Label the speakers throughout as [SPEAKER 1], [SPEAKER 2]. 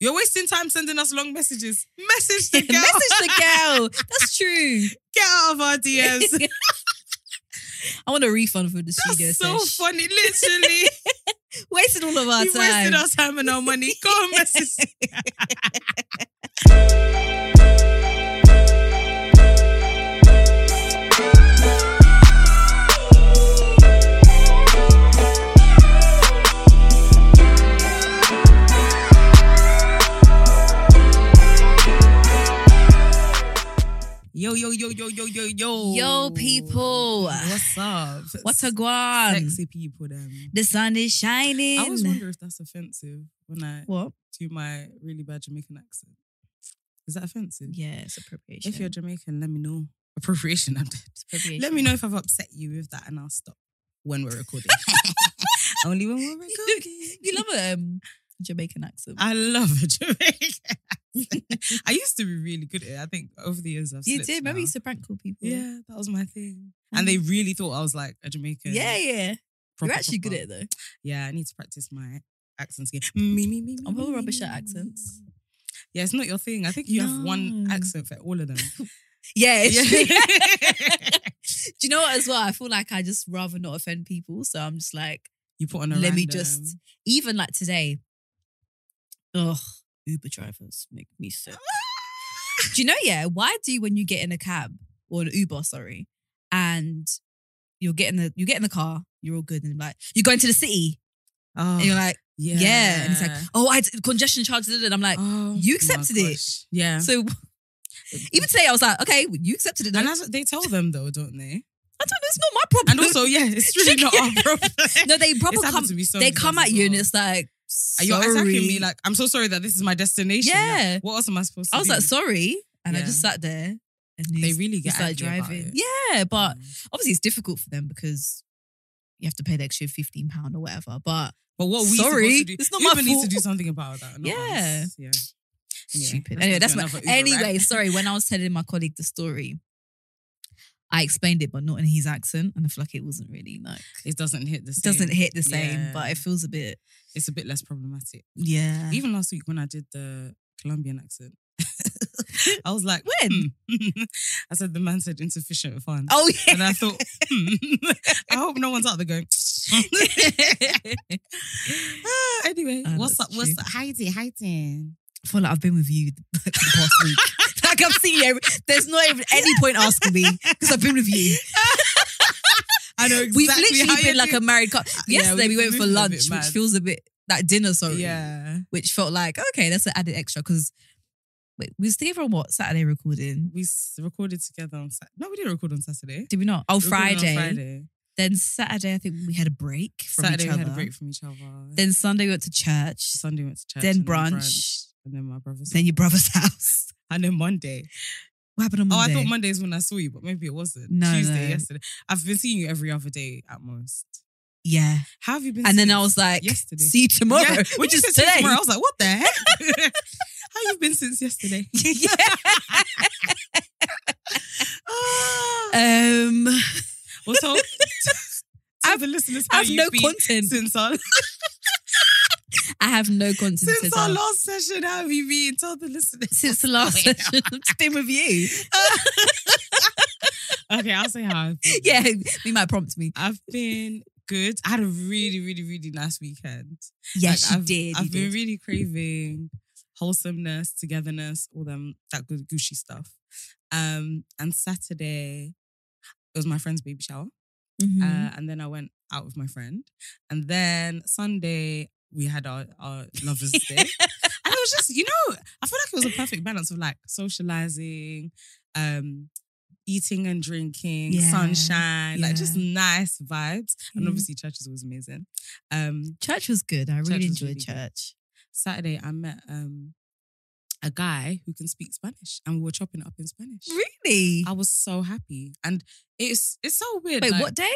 [SPEAKER 1] You're wasting time sending us long messages. Message the girl.
[SPEAKER 2] Message the girl. That's true.
[SPEAKER 1] Get out of our DMs.
[SPEAKER 2] I want a refund for the studio
[SPEAKER 1] That's so
[SPEAKER 2] sesh.
[SPEAKER 1] funny. Literally,
[SPEAKER 2] Wasted all of our
[SPEAKER 1] you
[SPEAKER 2] time.
[SPEAKER 1] wasted our time and our money. Go on, message. Yo, yo, yo, yo, yo, yo, yo.
[SPEAKER 2] Yo, people.
[SPEAKER 1] What's up?
[SPEAKER 2] What a guan.
[SPEAKER 1] Sexy people, them.
[SPEAKER 2] The sun is shining.
[SPEAKER 1] I always wonder if that's offensive when I
[SPEAKER 2] what?
[SPEAKER 1] do my really bad Jamaican accent. Is that offensive?
[SPEAKER 2] Yeah, it's appropriation.
[SPEAKER 1] If you're Jamaican, let me know. Appropriation, I'm dead.
[SPEAKER 2] It's appropriation.
[SPEAKER 1] Let me know if I've upset you with that, and I'll stop when we're recording. Only when we're recording.
[SPEAKER 2] You love a um, Jamaican accent.
[SPEAKER 1] I love a Jamaican. accent. I used to be really good at it. I think over the years I've
[SPEAKER 2] you
[SPEAKER 1] slipped
[SPEAKER 2] did. Maybe
[SPEAKER 1] now.
[SPEAKER 2] you used to prank call people.
[SPEAKER 1] Yeah, that was my thing. And they really thought I was like a Jamaican.
[SPEAKER 2] Yeah, yeah.
[SPEAKER 1] proper,
[SPEAKER 2] you're actually good
[SPEAKER 1] proper.
[SPEAKER 2] at it though.
[SPEAKER 1] Yeah, I need to practice my accents again. Me, me, me,
[SPEAKER 2] I'm
[SPEAKER 1] me,
[SPEAKER 2] probably
[SPEAKER 1] me,
[SPEAKER 2] rubbish
[SPEAKER 1] me,
[SPEAKER 2] at
[SPEAKER 1] me,
[SPEAKER 2] accents.
[SPEAKER 1] me. Yeah, it's not your thing. I think you have one
[SPEAKER 2] No.
[SPEAKER 1] accent for all of them.
[SPEAKER 2] Yeah.
[SPEAKER 1] Yeah.
[SPEAKER 2] Do you know what as well? I feel like I just rather not offend people. So I'm just like,
[SPEAKER 1] You put on a
[SPEAKER 2] Let me
[SPEAKER 1] random-
[SPEAKER 2] just- even like today, ugh, Uber drivers make me sick. do you know, yeah, why do you when you get in a cab or an Uber, sorry, and you're getting the you get in the car, you're all good, and like you're going to the city,
[SPEAKER 1] Oh,
[SPEAKER 2] and you're like,
[SPEAKER 1] yeah.
[SPEAKER 2] yeah. And it's like, oh, I d- congestion charges, and I'm like,
[SPEAKER 1] Oh
[SPEAKER 2] you
[SPEAKER 1] my
[SPEAKER 2] accepted it.
[SPEAKER 1] gosh. Yeah.
[SPEAKER 2] so even today I was like, okay, you accepted it.
[SPEAKER 1] and
[SPEAKER 2] And I,
[SPEAKER 1] that's what they tell them though, don't they?
[SPEAKER 2] I don't know, it's not my problem.
[SPEAKER 1] And also, yeah, it's really not our problem.
[SPEAKER 2] no, they proper
[SPEAKER 1] It's happened
[SPEAKER 2] come
[SPEAKER 1] to me so
[SPEAKER 2] they
[SPEAKER 1] many
[SPEAKER 2] come
[SPEAKER 1] times
[SPEAKER 2] at
[SPEAKER 1] as
[SPEAKER 2] you and
[SPEAKER 1] well.
[SPEAKER 2] it's like
[SPEAKER 1] And
[SPEAKER 2] sorry.
[SPEAKER 1] You're attacking me like, I'm so sorry that this is my destination. Like,
[SPEAKER 2] Yeah.
[SPEAKER 1] what else am I supposed to
[SPEAKER 2] I was
[SPEAKER 1] do?
[SPEAKER 2] like, sorry. And I
[SPEAKER 1] Yeah.
[SPEAKER 2] just sat there and
[SPEAKER 1] They
[SPEAKER 2] he's-
[SPEAKER 1] really get
[SPEAKER 2] he started
[SPEAKER 1] angry about
[SPEAKER 2] driving.
[SPEAKER 1] it. Mm.
[SPEAKER 2] Yeah, but obviously it's difficult for them because you have to pay the extra fifteen pound or whatever. But
[SPEAKER 1] But what we
[SPEAKER 2] Sorry,
[SPEAKER 1] supposed to do?
[SPEAKER 2] it's not my
[SPEAKER 1] Uber needs to
[SPEAKER 2] fault.
[SPEAKER 1] do something about that. not
[SPEAKER 2] Yeah.
[SPEAKER 1] us. yeah. Anyway,
[SPEAKER 2] stupid.
[SPEAKER 1] let's
[SPEAKER 2] Anyway,
[SPEAKER 1] not
[SPEAKER 2] that's
[SPEAKER 1] do
[SPEAKER 2] my.
[SPEAKER 1] another Uber
[SPEAKER 2] Anyway,
[SPEAKER 1] rant.
[SPEAKER 2] sorry. When I was telling my colleague the story, I explained it, but not in his accent, and I feel like it wasn't really like
[SPEAKER 1] It doesn't hit the
[SPEAKER 2] it
[SPEAKER 1] same.
[SPEAKER 2] doesn't hit the same,
[SPEAKER 1] Yeah.
[SPEAKER 2] but it feels a bit
[SPEAKER 1] It's a bit less problematic.
[SPEAKER 2] yeah.
[SPEAKER 1] Even last week when I did the Colombian accent, I was like,
[SPEAKER 2] When?
[SPEAKER 1] hmm. I said the man said insufficient funds.
[SPEAKER 2] oh
[SPEAKER 1] And I
[SPEAKER 2] yeah.
[SPEAKER 1] thought, hmm. I hope no one's out there going. Ah, anyway,
[SPEAKER 2] Ah,
[SPEAKER 1] what's up?
[SPEAKER 2] that's
[SPEAKER 1] What's
[SPEAKER 2] true.
[SPEAKER 1] up? Hiding, hiding.
[SPEAKER 2] I feel like I've been with you the past week. like I've seen you. Every, there's not even any point asking me because I've been with you.
[SPEAKER 1] I know
[SPEAKER 2] We've
[SPEAKER 1] exactly how
[SPEAKER 2] literally
[SPEAKER 1] you
[SPEAKER 2] been like
[SPEAKER 1] do.
[SPEAKER 2] a married couple.
[SPEAKER 1] yeah,
[SPEAKER 2] Yesterday we,
[SPEAKER 1] we've
[SPEAKER 2] went for
[SPEAKER 1] moved a bit
[SPEAKER 2] lunch, which
[SPEAKER 1] mad.
[SPEAKER 2] feels a bit like dinner, sorry.
[SPEAKER 1] Yeah,
[SPEAKER 2] Which felt like okay, that's an added extra because wait, we was together on what Saturday recording?
[SPEAKER 1] we s- recorded together on Saturday. No, we didn't record on Saturday.
[SPEAKER 2] Did we not? Oh,
[SPEAKER 1] We recorded on
[SPEAKER 2] Friday.
[SPEAKER 1] Friday.
[SPEAKER 2] Then Saturday, I think we had a break from
[SPEAKER 1] Saturday
[SPEAKER 2] each
[SPEAKER 1] we
[SPEAKER 2] other.
[SPEAKER 1] had a break from each other.
[SPEAKER 2] Then Sunday we went to church.
[SPEAKER 1] Sunday went to church.
[SPEAKER 2] then
[SPEAKER 1] and
[SPEAKER 2] brunch.
[SPEAKER 1] and then my brother's.
[SPEAKER 2] Then your brother's house.
[SPEAKER 1] And then Monday.
[SPEAKER 2] What happened on
[SPEAKER 1] Oh,
[SPEAKER 2] Monday?
[SPEAKER 1] I thought Monday is when I saw you, but maybe it wasn't.
[SPEAKER 2] No,
[SPEAKER 1] Tuesday,
[SPEAKER 2] no.
[SPEAKER 1] yesterday. I've been seeing you every other day at most.
[SPEAKER 2] Yeah.
[SPEAKER 1] How have you been?
[SPEAKER 2] And then
[SPEAKER 1] since
[SPEAKER 2] I was like,
[SPEAKER 1] yesterday.
[SPEAKER 2] see you tomorrow,
[SPEAKER 1] Yeah, when
[SPEAKER 2] which
[SPEAKER 1] you
[SPEAKER 2] is
[SPEAKER 1] said to me
[SPEAKER 2] today.
[SPEAKER 1] Tomorrow, I was like, what the heck? How you been since yesterday?
[SPEAKER 2] yeah.
[SPEAKER 1] Ah.
[SPEAKER 2] Um,
[SPEAKER 1] well, so, I've, the listeners
[SPEAKER 2] I
[SPEAKER 1] how
[SPEAKER 2] have
[SPEAKER 1] you've
[SPEAKER 2] no
[SPEAKER 1] been
[SPEAKER 2] content.
[SPEAKER 1] since our
[SPEAKER 2] I have no content
[SPEAKER 1] since,
[SPEAKER 2] since
[SPEAKER 1] our
[SPEAKER 2] I-
[SPEAKER 1] last session. How have you been? Tell the listeners.
[SPEAKER 2] since the last
[SPEAKER 1] Oh, yeah.
[SPEAKER 2] session. I've just been with you.
[SPEAKER 1] Okay, I'll say how. I've been.
[SPEAKER 2] Yeah, you might prompt me.
[SPEAKER 1] I've been good. I had a really, really, really nice weekend. Like,
[SPEAKER 2] Yes, you
[SPEAKER 1] I've,
[SPEAKER 2] did.
[SPEAKER 1] I've
[SPEAKER 2] you
[SPEAKER 1] been
[SPEAKER 2] did.
[SPEAKER 1] really craving wholesomeness, togetherness, all them that good Gucci stuff. Um, and Saturday it was my friend's baby shower,
[SPEAKER 2] Mhm.
[SPEAKER 1] uh, and then I went out with my friend, and then Sunday we had our our lovers' day, and it was just you know I feel like it was a perfect balance of like socializing, um. Eating and drinking,
[SPEAKER 2] Yeah.
[SPEAKER 1] sunshine, like just
[SPEAKER 2] Yeah. Mm-hmm.
[SPEAKER 1] nice vibes. And
[SPEAKER 2] Yeah.
[SPEAKER 1] obviously, church is always amazing. Um,
[SPEAKER 2] Church was good. I
[SPEAKER 1] Church
[SPEAKER 2] really
[SPEAKER 1] was
[SPEAKER 2] enjoyed
[SPEAKER 1] really good.
[SPEAKER 2] church.
[SPEAKER 1] Saturday I met um a guy who can speak Spanish, and we were chopping it up in Spanish.
[SPEAKER 2] Really?
[SPEAKER 1] I was so happy, and it's it's so weird.
[SPEAKER 2] Wait,
[SPEAKER 1] like,
[SPEAKER 2] what day?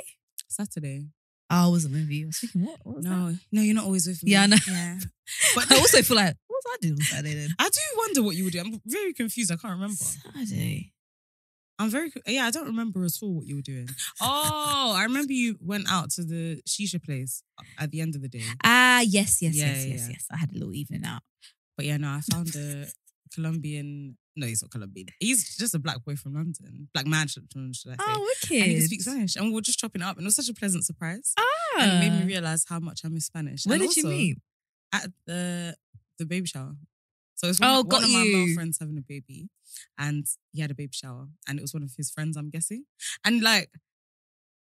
[SPEAKER 1] Saturday?
[SPEAKER 2] Oh, it was a movie. I was thinking, what? what was
[SPEAKER 1] No, no, you're not always with me.
[SPEAKER 2] Yeah, I know.
[SPEAKER 1] Yeah,
[SPEAKER 2] that? I also feel like, what was I doing on Saturday then?
[SPEAKER 1] I do wonder what you would do. I'm very confused. I can't remember.
[SPEAKER 2] Saturday.
[SPEAKER 1] I'm very yeah. I don't remember at all what you were doing. Oh, I remember you went out to the shisha place uh, at the end of the day.
[SPEAKER 2] Ah, yes, yes,
[SPEAKER 1] Yeah,
[SPEAKER 2] yes, yes,
[SPEAKER 1] yeah.
[SPEAKER 2] yes. I had a little evening out.
[SPEAKER 1] But yeah, no, I found a Colombian. No, he's not Colombian. He's just a black boy from London, black man from London, should I say?
[SPEAKER 2] Oh, wicked.
[SPEAKER 1] and he could speak Spanish, and we were just chopping it up, and it was such a pleasant surprise. And
[SPEAKER 2] Ah.
[SPEAKER 1] it made me realize how much I miss Spanish.
[SPEAKER 2] Where
[SPEAKER 1] And
[SPEAKER 2] did you
[SPEAKER 1] also,
[SPEAKER 2] meet?
[SPEAKER 1] At the the baby shower. So it's one,
[SPEAKER 2] Oh,
[SPEAKER 1] one
[SPEAKER 2] got
[SPEAKER 1] of my
[SPEAKER 2] you.
[SPEAKER 1] male friends having a baby, and he had a baby shower, and it was one of his friends, I'm guessing. And like,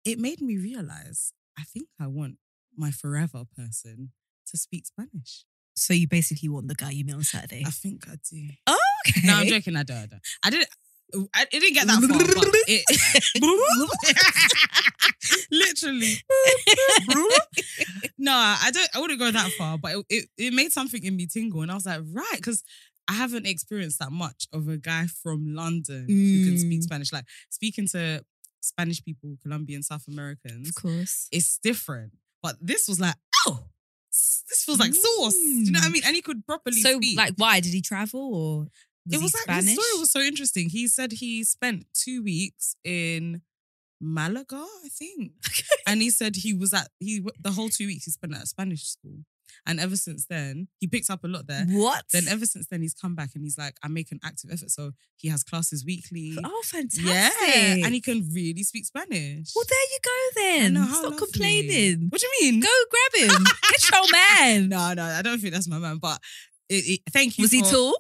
[SPEAKER 1] it made me realize I think I want my forever person to speak Spanish.
[SPEAKER 2] So you basically want the guy you met on Saturday.
[SPEAKER 1] I think I do.
[SPEAKER 2] okay.
[SPEAKER 1] No, I'm joking. I don't. I, don't. I didn't. I, it didn't get that far. but it, literally. no, I don't. I wouldn't go that far. But it, it it made something in me tingle, and I was like, right, because I haven't experienced that much of a guy from London who can speak
[SPEAKER 2] Mm.
[SPEAKER 1] Spanish. Like speaking to Spanish people, Colombian, South Americans,
[SPEAKER 2] Of course.
[SPEAKER 1] it's different. But this was like, oh, s- this feels like sauce. Do you know what I
[SPEAKER 2] Mm.
[SPEAKER 1] mean? And he could properly
[SPEAKER 2] So,
[SPEAKER 1] speak
[SPEAKER 2] like, why did he travel or was
[SPEAKER 1] it was
[SPEAKER 2] he
[SPEAKER 1] like
[SPEAKER 2] Spanish?
[SPEAKER 1] his story was so interesting. He said he spent two weeks in Malaga, I think, and he said he was at he w- the whole two weeks he spent at a Spanish school, and ever since then he picked up a lot there.
[SPEAKER 2] what?
[SPEAKER 1] Then ever since then he's come back and he's like, I make an active effort, so he has classes weekly.
[SPEAKER 2] oh, fantastic!
[SPEAKER 1] yeah, and he can really speak Spanish.
[SPEAKER 2] well, there you go.
[SPEAKER 1] I
[SPEAKER 2] Then
[SPEAKER 1] know, how
[SPEAKER 2] stop
[SPEAKER 1] lovely.
[SPEAKER 2] complaining.
[SPEAKER 1] What do you mean?
[SPEAKER 2] Go grab him. Get your man.
[SPEAKER 1] No, no, I don't think that's my man. But it, it, thank you.
[SPEAKER 2] Was he
[SPEAKER 1] for-
[SPEAKER 2] tall?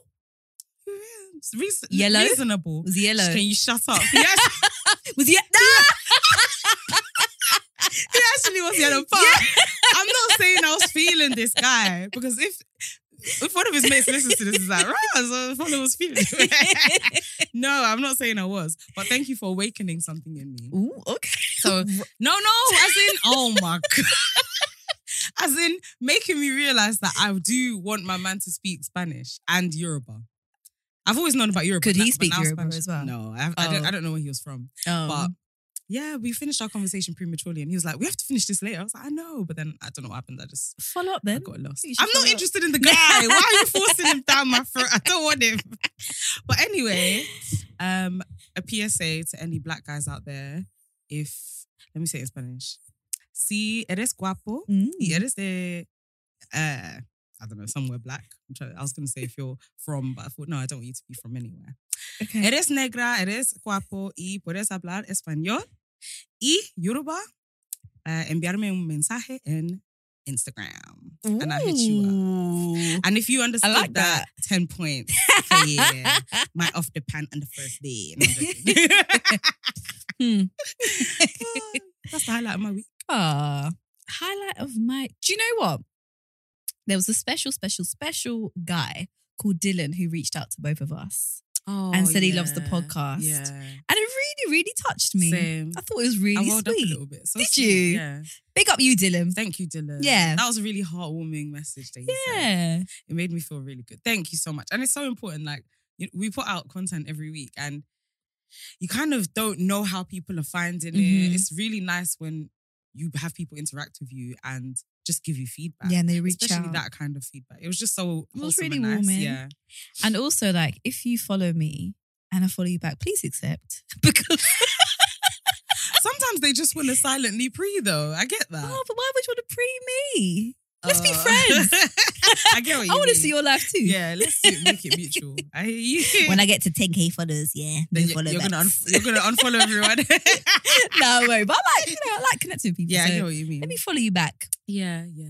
[SPEAKER 1] Reason-
[SPEAKER 2] Yellow?
[SPEAKER 1] Reasonable.
[SPEAKER 2] Was he yellow?
[SPEAKER 1] Can you shut up? Yes.
[SPEAKER 2] Was he? No!
[SPEAKER 1] he actually was yellow. But I'm not saying I was feeling this guy because if if one of his mates listens to this, is like, right, so if one of us feeling. no, I'm not saying I was, but thank you for awakening something in me.
[SPEAKER 2] Ooh, okay.
[SPEAKER 1] So no, no, as in, oh my god. As in making me realize that I do want my man to speak Spanish and Yoruba. I've always known about Yoruba.
[SPEAKER 2] Could he
[SPEAKER 1] but
[SPEAKER 2] speak
[SPEAKER 1] now
[SPEAKER 2] Yoruba as well?
[SPEAKER 1] No, I, I, don't,
[SPEAKER 2] Oh.
[SPEAKER 1] I don't know where he was from. But
[SPEAKER 2] Um,
[SPEAKER 1] yeah, we finished our conversation prematurely, and he was like, "We have to finish this later." I was like, "I know," but then I don't know what happened. I just
[SPEAKER 2] follow up
[SPEAKER 1] I
[SPEAKER 2] then.
[SPEAKER 1] got lost.
[SPEAKER 2] You should
[SPEAKER 1] I'm not
[SPEAKER 2] follow up.
[SPEAKER 1] interested in the guy. Why are you forcing him down my throat? I don't want him. But anyway, um, a PSA to any black guys out there: if let me say it in Spanish, si eres guapo,
[SPEAKER 2] Mm.
[SPEAKER 1] yeah, eres de, uh, I don't know, somewhere black. I'm trying, I was gonna say if you're from, but I thought no, I don't want you to be from anywhere.
[SPEAKER 2] Okay.
[SPEAKER 1] Eres negra, eres guapo y puedes hablar español y Yoruba. Uh, enviarme un mensaje en Instagram. And I hit you up. And if you understood
[SPEAKER 2] like
[SPEAKER 1] that, 10 points for you. My off the pan on the first day. No, I'm joking.
[SPEAKER 2] Hmm.
[SPEAKER 1] That's the highlight of my week.
[SPEAKER 2] Ah, highlight of my. Do you know what? There was a special, special, special guy called Dylan who reached out to both of us,
[SPEAKER 1] Oh,
[SPEAKER 2] And said he loves the podcast. and it really, really touched me.
[SPEAKER 1] Same.
[SPEAKER 2] I thought it was
[SPEAKER 1] I
[SPEAKER 2] really
[SPEAKER 1] welled up a
[SPEAKER 2] sweet.
[SPEAKER 1] little bit. So
[SPEAKER 2] Did
[SPEAKER 1] sweet,
[SPEAKER 2] you?
[SPEAKER 1] Yeah.
[SPEAKER 2] Big up you, Dylan.
[SPEAKER 1] Thank you, Dylan.
[SPEAKER 2] Yeah.
[SPEAKER 1] That was a really heartwarming message that you sent.
[SPEAKER 2] Yeah.
[SPEAKER 1] it made me feel really good. Thank you so much. And it's so important. Like you we put out content every week and you kind of don't know how people are finding
[SPEAKER 2] Mhm.
[SPEAKER 1] it. It's really nice when you have people interact with you and just give you feedback.
[SPEAKER 2] Yeah, and they reach
[SPEAKER 1] Especially
[SPEAKER 2] out.
[SPEAKER 1] that kind of feedback. It was just so
[SPEAKER 2] It was
[SPEAKER 1] wholesome
[SPEAKER 2] really
[SPEAKER 1] and nice.
[SPEAKER 2] warming.
[SPEAKER 1] Yeah.
[SPEAKER 2] And also, like, if you follow me and I follow you back, please accept. Because
[SPEAKER 1] Sometimes they just want to silently pre though. I get that.
[SPEAKER 2] oh, but why would you want to pre me? Let's be
[SPEAKER 1] Uh,
[SPEAKER 2] friends.
[SPEAKER 1] I get what you
[SPEAKER 2] I want to
[SPEAKER 1] mean.
[SPEAKER 2] see your life too.
[SPEAKER 1] Yeah, let's do it, make it mutual. I hear you.
[SPEAKER 2] When I get to 10k followers, yeah,
[SPEAKER 1] then
[SPEAKER 2] then
[SPEAKER 1] you're,
[SPEAKER 2] follow
[SPEAKER 1] you're gonna
[SPEAKER 2] backs.
[SPEAKER 1] unf- you're gonna unfollow everyone.
[SPEAKER 2] no, I won't. But I like, you know, I like connecting with people.
[SPEAKER 1] Yeah,
[SPEAKER 2] so
[SPEAKER 1] I know what you mean.
[SPEAKER 2] let me follow you back.
[SPEAKER 1] yeah, yeah.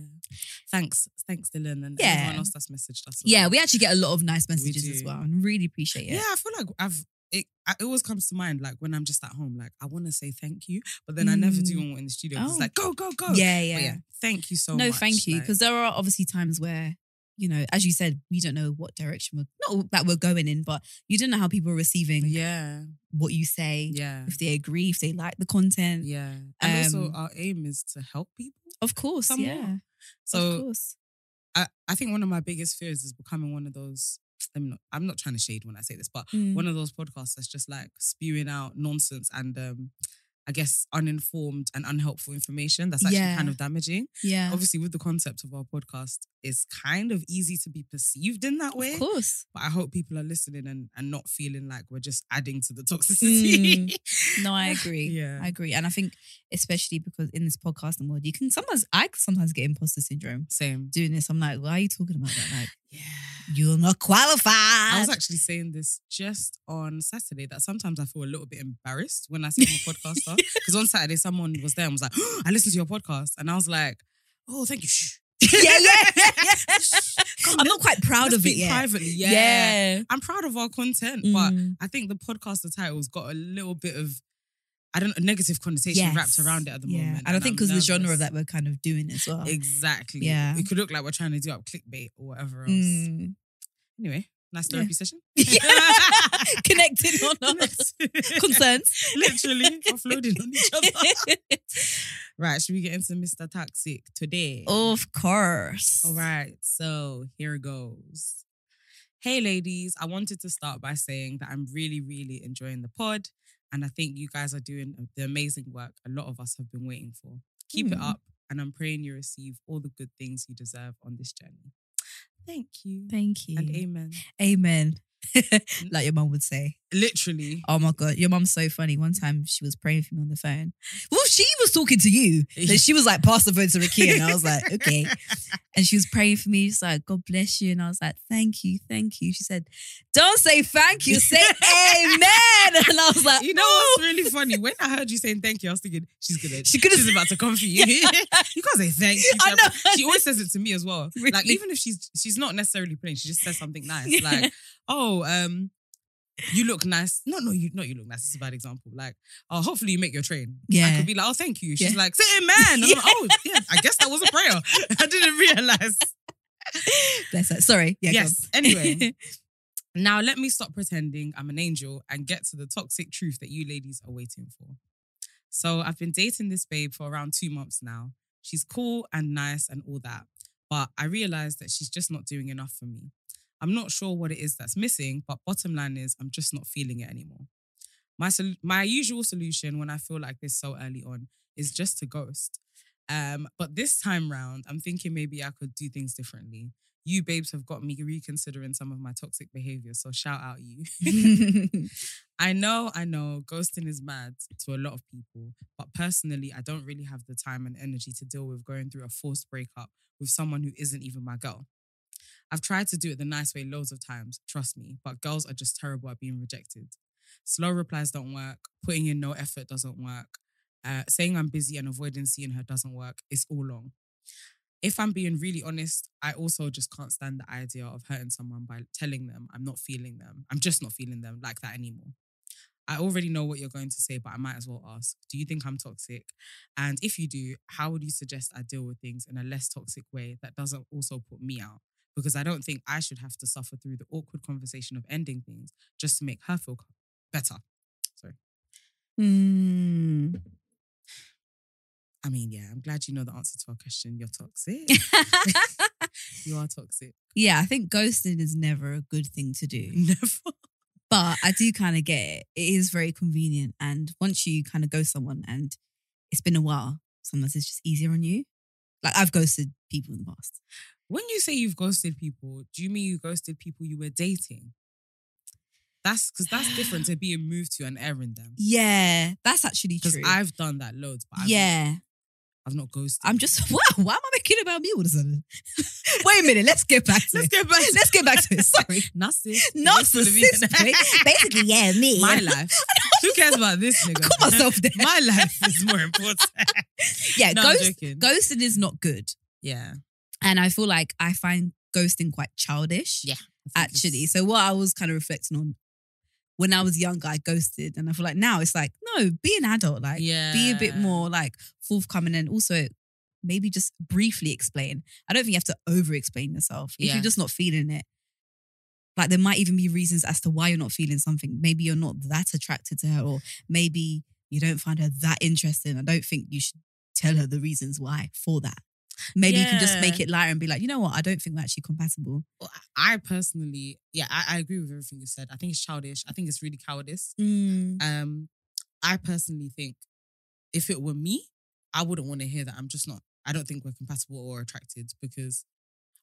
[SPEAKER 1] Thanks, thanks, Dylan, and
[SPEAKER 2] Yeah.
[SPEAKER 1] everyone else that's messaged us. as
[SPEAKER 2] Yeah,
[SPEAKER 1] well.
[SPEAKER 2] we actually get a lot of nice
[SPEAKER 1] We
[SPEAKER 2] messages as
[SPEAKER 1] do.
[SPEAKER 2] well, and really appreciate it.
[SPEAKER 1] yeah. I feel like I've. It, I- it always comes to mind, like when I'm just at home, like I want to say thank you, but then I never do
[SPEAKER 2] Mm.
[SPEAKER 1] when we're in the studio. 'cause
[SPEAKER 2] Oh.
[SPEAKER 1] It's like go, go, go.
[SPEAKER 2] yeah,
[SPEAKER 1] But
[SPEAKER 2] yeah.
[SPEAKER 1] Thank you so
[SPEAKER 2] no,
[SPEAKER 1] much.
[SPEAKER 2] thank you,
[SPEAKER 1] like-
[SPEAKER 2] because there are obviously times where you know, as you said, we don't know what direction we're not that we're going in, but you don't know how people are receiving
[SPEAKER 1] yeah,
[SPEAKER 2] what you say,
[SPEAKER 1] yeah,
[SPEAKER 2] if they agree, if they like the content.
[SPEAKER 1] yeah. And also,
[SPEAKER 2] Um,
[SPEAKER 1] our aim is to help people.
[SPEAKER 2] Of course,
[SPEAKER 1] Somewhat.
[SPEAKER 2] yeah.
[SPEAKER 1] So
[SPEAKER 2] of course.
[SPEAKER 1] I, I think one of my biggest fears is becoming one of those I'm not, I'm not trying to shade when I say this, but
[SPEAKER 2] Mm.
[SPEAKER 1] one of those podcasts that's just like spewing out nonsense and um, I guess uninformed and unhelpful information that's actually
[SPEAKER 2] Yeah.
[SPEAKER 1] kind of damaging.
[SPEAKER 2] Yeah.
[SPEAKER 1] Obviously, with the concept of our podcast, it's kind of easy to be perceived in that way.
[SPEAKER 2] Of course.
[SPEAKER 1] But I hope people are listening and, and not feeling like we're just adding to the toxicity.
[SPEAKER 2] No, I agree.
[SPEAKER 1] Yeah.
[SPEAKER 2] Mm. I agree. And I think especially because in this podcasting world, you can sometimes I sometimes get imposter syndrome
[SPEAKER 1] Same.
[SPEAKER 2] doing this. I'm like, why are you talking about that? Like,
[SPEAKER 1] Yeah.
[SPEAKER 2] you're not qualified.
[SPEAKER 1] I was actually saying this just on Saturday that sometimes I feel a little bit embarrassed when I see I'm a podcaster. Because on Saturday, someone was there and was like, I listened to your podcast. And I was like, oh, thank you. Shh.
[SPEAKER 2] yeah, yeah, yeah, yeah.
[SPEAKER 1] Come,
[SPEAKER 2] I'm not quite proud
[SPEAKER 1] let's
[SPEAKER 2] of it
[SPEAKER 1] speak
[SPEAKER 2] yet.
[SPEAKER 1] Privately, yeah. I'm proud of our content, but
[SPEAKER 2] Mm.
[SPEAKER 1] I think the podcaster title's got a little bit of, I don't know, negative connotation wrapped
[SPEAKER 2] Yes.
[SPEAKER 1] around it at the
[SPEAKER 2] Yeah.
[SPEAKER 1] moment.
[SPEAKER 2] And, I think
[SPEAKER 1] I'm
[SPEAKER 2] because the genre
[SPEAKER 1] nervous.
[SPEAKER 2] of that we're kind of doing as well.
[SPEAKER 1] Exactly.
[SPEAKER 2] Yeah.
[SPEAKER 1] It could look like we're trying to do up clickbait or whatever else.
[SPEAKER 2] Mm.
[SPEAKER 1] Anyway, nice
[SPEAKER 2] Yeah.
[SPEAKER 1] therapy session.
[SPEAKER 2] Connecting on our concerns.
[SPEAKER 1] Literally offloading on each other. Right, should we get into Mr. Toxic today?
[SPEAKER 2] of course.
[SPEAKER 1] All right, so here goes. Hey, ladies, I wanted to start by saying that I'm really, really enjoying the pod, and I think you guys are doing the amazing work a lot of us have been waiting for. Keep it
[SPEAKER 2] Hmm.
[SPEAKER 1] up, and I'm praying you receive all the good things you deserve on this journey. Thank you.
[SPEAKER 2] Thank you.
[SPEAKER 1] and Mm. amen.
[SPEAKER 2] Amen. like your mum would say.
[SPEAKER 1] Literally.
[SPEAKER 2] Oh my god, your mum's so funny. One time she was praying for me on the phone. Well, she was talking to you. Like, she was like, pass the phone to Rakia. And I was like, okay. And she was praying for me. She's like, God bless you. And I was like, thank you, thank you. She said, don't say thank you, say amen. And I was like,
[SPEAKER 1] You know
[SPEAKER 2] oh.
[SPEAKER 1] what's really funny? When I heard you saying thank you, I was thinking she's gonna
[SPEAKER 2] She could've-
[SPEAKER 1] she's about to come for you. you can't say thank you.
[SPEAKER 2] I know.
[SPEAKER 1] She always says it to me as well. Like
[SPEAKER 2] Really?
[SPEAKER 1] even if she's she's not necessarily playing, she just says something nice.
[SPEAKER 2] Yeah.
[SPEAKER 1] Like, oh, um, you look nice. No, no, you not you look nice. It's a bad example. Like, oh, hopefully you make your train. I
[SPEAKER 2] Yeah.
[SPEAKER 1] could be like, oh, thank you. She's
[SPEAKER 2] Yeah.
[SPEAKER 1] like, say amen. And I'm like, oh, yeah, I guess that was a prayer. I didn't realize.
[SPEAKER 2] Bless her. Sorry. Yeah, go
[SPEAKER 1] yes.
[SPEAKER 2] on.
[SPEAKER 1] Anyway. Now, let me stop pretending I'm an angel and get to the toxic truth that you ladies are waiting for. So, I've been dating this babe for around two months now. She's cool and nice and all that, but I realized that she's just not doing enough for me. I'm not sure what it is that's missing, but bottom line is, I'm just not feeling it anymore. My, sol- my usual solution when I feel like this so early on is just to ghost. Um, but this time round, I'm thinking maybe I could do things differently. You babes have got me reconsidering some of my toxic behavior, so shout out you. I know, I know, ghosting is mad to a lot of people, but personally, I don't really have the time and energy to deal with going through a forced breakup with someone who isn't even my girl. I've tried to do it the nice way loads of times, trust me, but girls are just terrible at being rejected. Slow replies don't work, putting in no effort doesn't work, uh, saying I'm busy and avoiding seeing her doesn't work. It's all long. If I'm being really honest, I also just can't stand the idea of hurting someone by telling them I'm not feeling them. I'm just not feeling them like that anymore. I already know what you're going to say, but I might as well ask Do you think I'm toxic? And if you do, how would you suggest I deal with things in a less toxic way that doesn't also put me out? Because I don't think I should have to suffer through the awkward conversation of ending things just to make her feel co- better. Sorry.
[SPEAKER 2] Hmm.
[SPEAKER 1] I mean, yeah, I'm glad you know the answer to our question. You're toxic.
[SPEAKER 2] Hmm.
[SPEAKER 1] you are toxic.
[SPEAKER 2] yeah, I think ghosting is never a good thing to do.
[SPEAKER 1] Never.
[SPEAKER 2] But I do kind of get it. It is very convenient. And once you kind of ghost someone and it's been a while, sometimes it's just easier on you. Like I've ghosted people in the past.
[SPEAKER 1] When you say you've ghosted people, do you mean you ghosted people you were dating? That's because that's different to being moved to and airing them.
[SPEAKER 2] Yeah, that's actually
[SPEAKER 1] Because
[SPEAKER 2] true.
[SPEAKER 1] I've done that loads, but I've,
[SPEAKER 2] yeah,
[SPEAKER 1] I've not ghosted.
[SPEAKER 2] I'm just wow. Why am I making it about me all of a sudden? Wait a minute. Let's get back to
[SPEAKER 1] Let's
[SPEAKER 2] it.
[SPEAKER 1] get back.
[SPEAKER 2] Let's get back to it. Sorry.
[SPEAKER 1] Narcissist.
[SPEAKER 2] Narcissist. ba- Basically, yeah, me.
[SPEAKER 1] My life. Who cares about this
[SPEAKER 2] I
[SPEAKER 1] nigga?
[SPEAKER 2] call myself there.
[SPEAKER 1] My life is more important.
[SPEAKER 2] yeah,
[SPEAKER 1] no, I'm
[SPEAKER 2] ghost,
[SPEAKER 1] joking.
[SPEAKER 2] ghosting is not good.
[SPEAKER 1] yeah.
[SPEAKER 2] And I feel like I find ghosting quite childish.
[SPEAKER 1] Yeah.
[SPEAKER 2] Actually. So what I was kind of reflecting on when I was younger, I ghosted. And I feel like now it's like, no, be an adult. Like
[SPEAKER 1] yeah.
[SPEAKER 2] be a bit more like forthcoming and also maybe just briefly explain. I don't think you have to over explain yourself. If
[SPEAKER 1] Yeah.
[SPEAKER 2] you're just not feeling it, like there might even be reasons as to why you're not feeling something. Maybe you're not that attracted to her, or maybe you don't find her that interesting. I don't think you should tell her the reasons why for that. Maybe you can just
[SPEAKER 1] Yeah.
[SPEAKER 2] make it lighter and be like, you know what? I don't think we're actually compatible.
[SPEAKER 1] Well, I I personally, yeah, I, I agree with everything you said. I think it's childish. I think it's really cowardice. Um, I personally think if it were me, I wouldn't want to hear that. I'm just not. I don't think we're compatible or attracted because.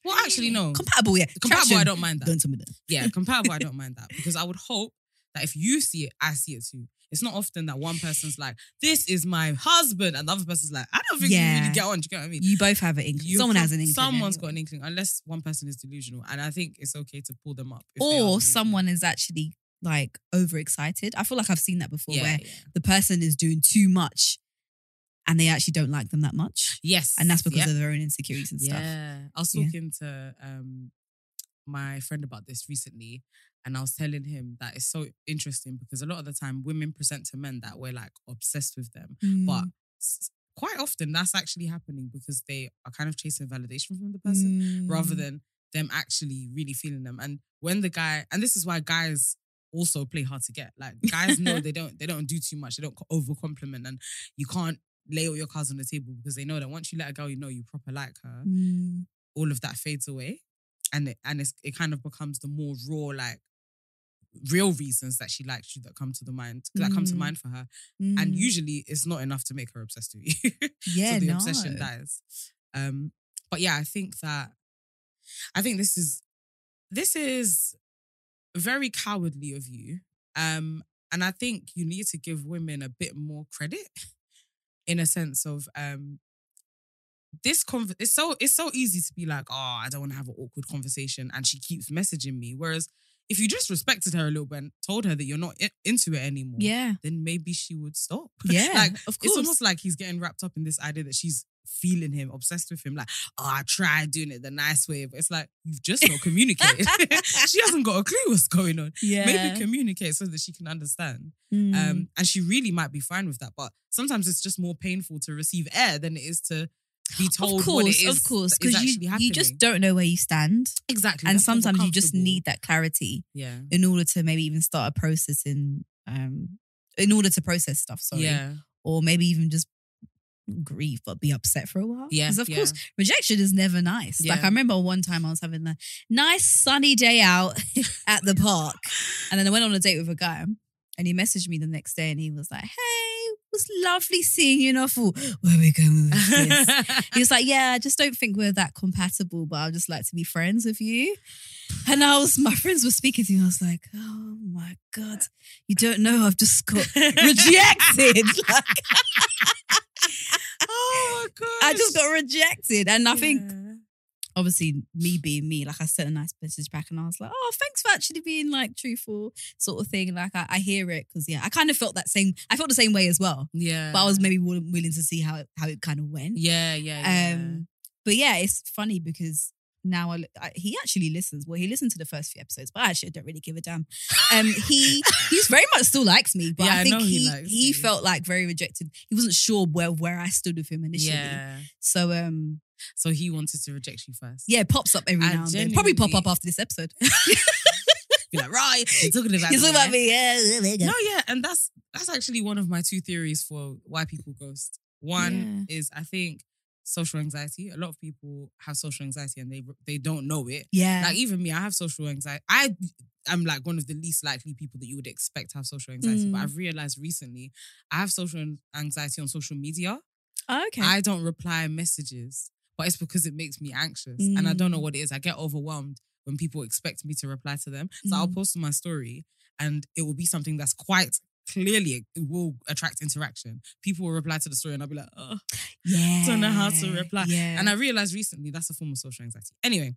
[SPEAKER 1] Well, actually, no.
[SPEAKER 2] Compatible, yeah.
[SPEAKER 1] Compatible, I don't mind that.
[SPEAKER 2] Don't tell me that.
[SPEAKER 1] yeah, compatible. I don't mind that because I would hope that if you see it, I see it too. It's not often that one person's like, "This is my husband," and the other person's like, "I don't think you
[SPEAKER 2] Yeah.
[SPEAKER 1] really get on." Do you get what I mean?
[SPEAKER 2] You both have an inkling.
[SPEAKER 1] You-
[SPEAKER 2] Someone has an inkling.
[SPEAKER 1] Someone's
[SPEAKER 2] anyway.
[SPEAKER 1] got an inkling, unless one person is delusional, and I think it's okay to pull them up. if they are delusional.
[SPEAKER 2] Or someone is actually like overexcited. I feel like I've seen that before
[SPEAKER 1] Yeah,
[SPEAKER 2] where
[SPEAKER 1] yeah.
[SPEAKER 2] the person is doing too much and they actually don't like them that much.
[SPEAKER 1] Yes,
[SPEAKER 2] And that's because
[SPEAKER 1] yeah.
[SPEAKER 2] of their own insecurities and stuff.
[SPEAKER 1] Yeah. I was
[SPEAKER 2] Yeah.
[SPEAKER 1] talking to um my friend about this recently, and I was telling him that it's so interesting because a lot of the time women present to men that we're like obsessed with them,
[SPEAKER 2] Mm,
[SPEAKER 1] but s- quite often that's actually happening because they are kind of chasing validation from the person
[SPEAKER 2] mm,
[SPEAKER 1] rather than them actually really feeling them. And when the guy, and this is why guys also play hard to get. Like guys know they don't they don't do too much. They don't over compliment, and you can't lay all your cards on the table because they know that once you let a girl you know you proper like her,
[SPEAKER 2] than.
[SPEAKER 1] all of that fades away, and it and it's, it kind of becomes the more raw like real reasons that she likes you that come to the mind that come to
[SPEAKER 2] Mm.
[SPEAKER 1] mind for her
[SPEAKER 2] Mm-hmm.
[SPEAKER 1] and usually it's not enough to make her obsessed with you
[SPEAKER 2] yeah,
[SPEAKER 1] so the
[SPEAKER 2] no.
[SPEAKER 1] obsession dies. Um, but yeah, I think that I think this is this is very cowardly of you. Um, and I think you need to give women a bit more credit in a sense of um this conver- it's so it's so easy to be like, oh, I don't want to have an awkward conversation, and she keeps messaging me. Whereas if you just respected her a little bit and told her that you're not i- into it anymore,
[SPEAKER 2] Yeah.
[SPEAKER 1] then maybe she would stop.
[SPEAKER 2] Yeah.
[SPEAKER 1] like
[SPEAKER 2] of
[SPEAKER 1] it's
[SPEAKER 2] course.
[SPEAKER 1] almost like he's getting wrapped up in this idea that she's feeling him, obsessed with him. Like, oh, I tried doing it the nice way, but it's like you've just not communicated. she hasn't got a clue what's going on.
[SPEAKER 2] yeah. Mm.
[SPEAKER 1] Maybe communicate so that she can understand. Um, and she really might be fine with that. But sometimes it's just more painful to receive air than it is to be told
[SPEAKER 2] of
[SPEAKER 1] what
[SPEAKER 2] course,
[SPEAKER 1] it is.
[SPEAKER 2] of course,
[SPEAKER 1] that is
[SPEAKER 2] because
[SPEAKER 1] actually
[SPEAKER 2] you you
[SPEAKER 1] happening.
[SPEAKER 2] just don't know where you stand,
[SPEAKER 1] exactly.
[SPEAKER 2] and
[SPEAKER 1] That's not
[SPEAKER 2] sometimes you just
[SPEAKER 1] comfortable.
[SPEAKER 2] need that clarity
[SPEAKER 1] Yeah.
[SPEAKER 2] in order to maybe even start a process in, um, in order to process stuff. Sorry,
[SPEAKER 1] Yeah.
[SPEAKER 2] or maybe even just grieve but be upset for a while.
[SPEAKER 1] Yeah.
[SPEAKER 2] because of
[SPEAKER 1] yeah.
[SPEAKER 2] course rejection is never nice. Like
[SPEAKER 1] Yeah.
[SPEAKER 2] I remember one time I was having a nice sunny day out at the park, and then I went on a date with a guy, and he messaged me the next day, and he was like, "Hey, it was lovely seeing you." And I thought, "Where are we going with this?" He was like, Yeah, I just don't think we're that compatible, but I'd just like to be friends with you. And I was, my friends were speaking to me. I was like, Oh my God, you don't know. I've just got rejected. Like,
[SPEAKER 1] oh my god.
[SPEAKER 2] I just got rejected. And I think, obviously, me being me, like I sent a nice message back and I was like, Oh, thanks for actually being like truthful, sort of thing. Like, I, I hear it. Cause yeah, I kind of felt that same, I felt the same way as well.
[SPEAKER 1] Yeah.
[SPEAKER 2] But I was maybe wi- willing to see how it, how it kind of went.
[SPEAKER 1] Yeah, yeah, yeah.
[SPEAKER 2] Um, but yeah, it's funny because now I, li- I, he actually listens. Well, he listened to the first few episodes, but I actually don't really give a damn. Um, he he's very much still likes me, but
[SPEAKER 1] Yeah,
[SPEAKER 2] I
[SPEAKER 1] I
[SPEAKER 2] think
[SPEAKER 1] know he
[SPEAKER 2] he he,
[SPEAKER 1] likes you.
[SPEAKER 2] felt like very rejected. He wasn't sure where where I stood with him initially.
[SPEAKER 1] Yeah.
[SPEAKER 2] So um,
[SPEAKER 1] So he wanted to reject you first.
[SPEAKER 2] yeah, it pops up every
[SPEAKER 1] I
[SPEAKER 2] now and then. Probably pop up
[SPEAKER 1] genuinely-
[SPEAKER 2] after this episode.
[SPEAKER 1] Be like, right, you're talking about
[SPEAKER 2] He's
[SPEAKER 1] me,
[SPEAKER 2] talking about
[SPEAKER 1] yeah?
[SPEAKER 2] me. Yeah, yeah, yeah.
[SPEAKER 1] No, yeah, and that's that's actually one of my two theories for why people ghost. One is I think social anxiety. A lot of people have social anxiety and they they don't know it.
[SPEAKER 2] yeah.
[SPEAKER 1] Like even me, I have social anxiety. I am like one of the least likely people that you would expect to have social anxiety. But
[SPEAKER 2] Mm.
[SPEAKER 1] I've realized recently I have social an- anxiety on social media.
[SPEAKER 2] Oh, okay.
[SPEAKER 1] I don't reply messages, but it's because it makes me anxious. And I
[SPEAKER 2] Mm.
[SPEAKER 1] don't know what it is. I get overwhelmed when people expect me to reply to them. So I'll
[SPEAKER 2] Mm.
[SPEAKER 1] post my story and it will be something that's quite clearly it will attract interaction. People will reply to the story and I'll be like, oh.
[SPEAKER 2] yeah.
[SPEAKER 1] don't know how to reply.
[SPEAKER 2] Yeah.
[SPEAKER 1] And I realized recently that's a form of social anxiety. Anyway,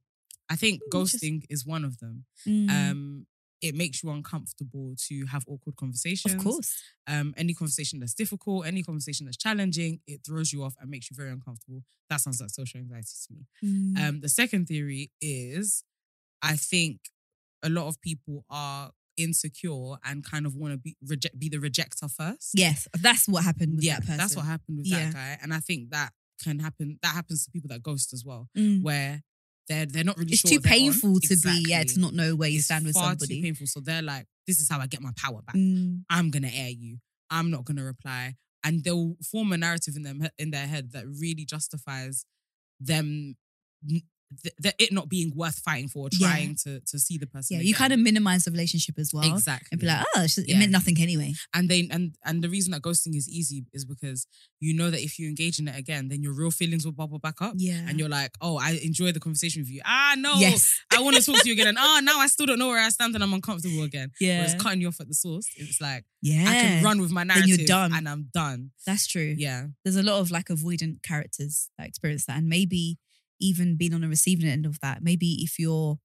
[SPEAKER 1] I think ghosting is one of them.
[SPEAKER 2] Mm.
[SPEAKER 1] Um, it makes you uncomfortable to have awkward conversations
[SPEAKER 2] of course.
[SPEAKER 1] um, any conversation that's difficult, any conversation that's challenging, it throws you off and makes you very uncomfortable. That sounds like social anxiety to me.
[SPEAKER 2] Mm.
[SPEAKER 1] Um, the second theory is I think a lot of people are insecure and kind of want to be reject be the rejector first.
[SPEAKER 2] yes, that's what happened with
[SPEAKER 1] yeah,
[SPEAKER 2] that person.
[SPEAKER 1] that's what happened with
[SPEAKER 2] Yeah.
[SPEAKER 1] that guy, and I think that can happen. That happens to people that ghost as well,
[SPEAKER 2] Mm.
[SPEAKER 1] where they're they're not really.
[SPEAKER 2] it's
[SPEAKER 1] sure
[SPEAKER 2] too
[SPEAKER 1] what they're on.
[SPEAKER 2] painful to be yeah to
[SPEAKER 1] Exactly.
[SPEAKER 2] not know where you
[SPEAKER 1] It's
[SPEAKER 2] stand with
[SPEAKER 1] far Too
[SPEAKER 2] somebody
[SPEAKER 1] painful, so they're like, "This is how I get my power back."
[SPEAKER 2] Mm,
[SPEAKER 1] I'm gonna air you. I'm not gonna reply, and they'll form a narrative in them in their head that really justifies them th- th- it not being worth fighting for, or
[SPEAKER 2] Yeah.
[SPEAKER 1] trying to to see the person.
[SPEAKER 2] Yeah, you kind of minimize the relationship as well.
[SPEAKER 1] exactly
[SPEAKER 2] And be like, oh, it's just- it
[SPEAKER 1] Yeah.
[SPEAKER 2] meant nothing anyway.
[SPEAKER 1] and they and and the reason that ghosting is easy is because you know that if you engage in it again, then your real feelings will bubble back up.
[SPEAKER 2] Yeah.
[SPEAKER 1] And you're like, oh, I enjoy the conversation with you. Ah, no,
[SPEAKER 2] yes.
[SPEAKER 1] I want to talk to you again. And ah, now I still don't know where I stand and I'm uncomfortable again. Whereas
[SPEAKER 2] Yeah.
[SPEAKER 1] cutting you off at the source, it's like,
[SPEAKER 2] Yeah.
[SPEAKER 1] I can run with my
[SPEAKER 2] Then you're
[SPEAKER 1] narrative
[SPEAKER 2] done.
[SPEAKER 1] and I'm done.
[SPEAKER 2] That's true.
[SPEAKER 1] Yeah.
[SPEAKER 2] There's a lot of like avoidant characters that experience that. And maybe even being on the receiving end of that, maybe if you're,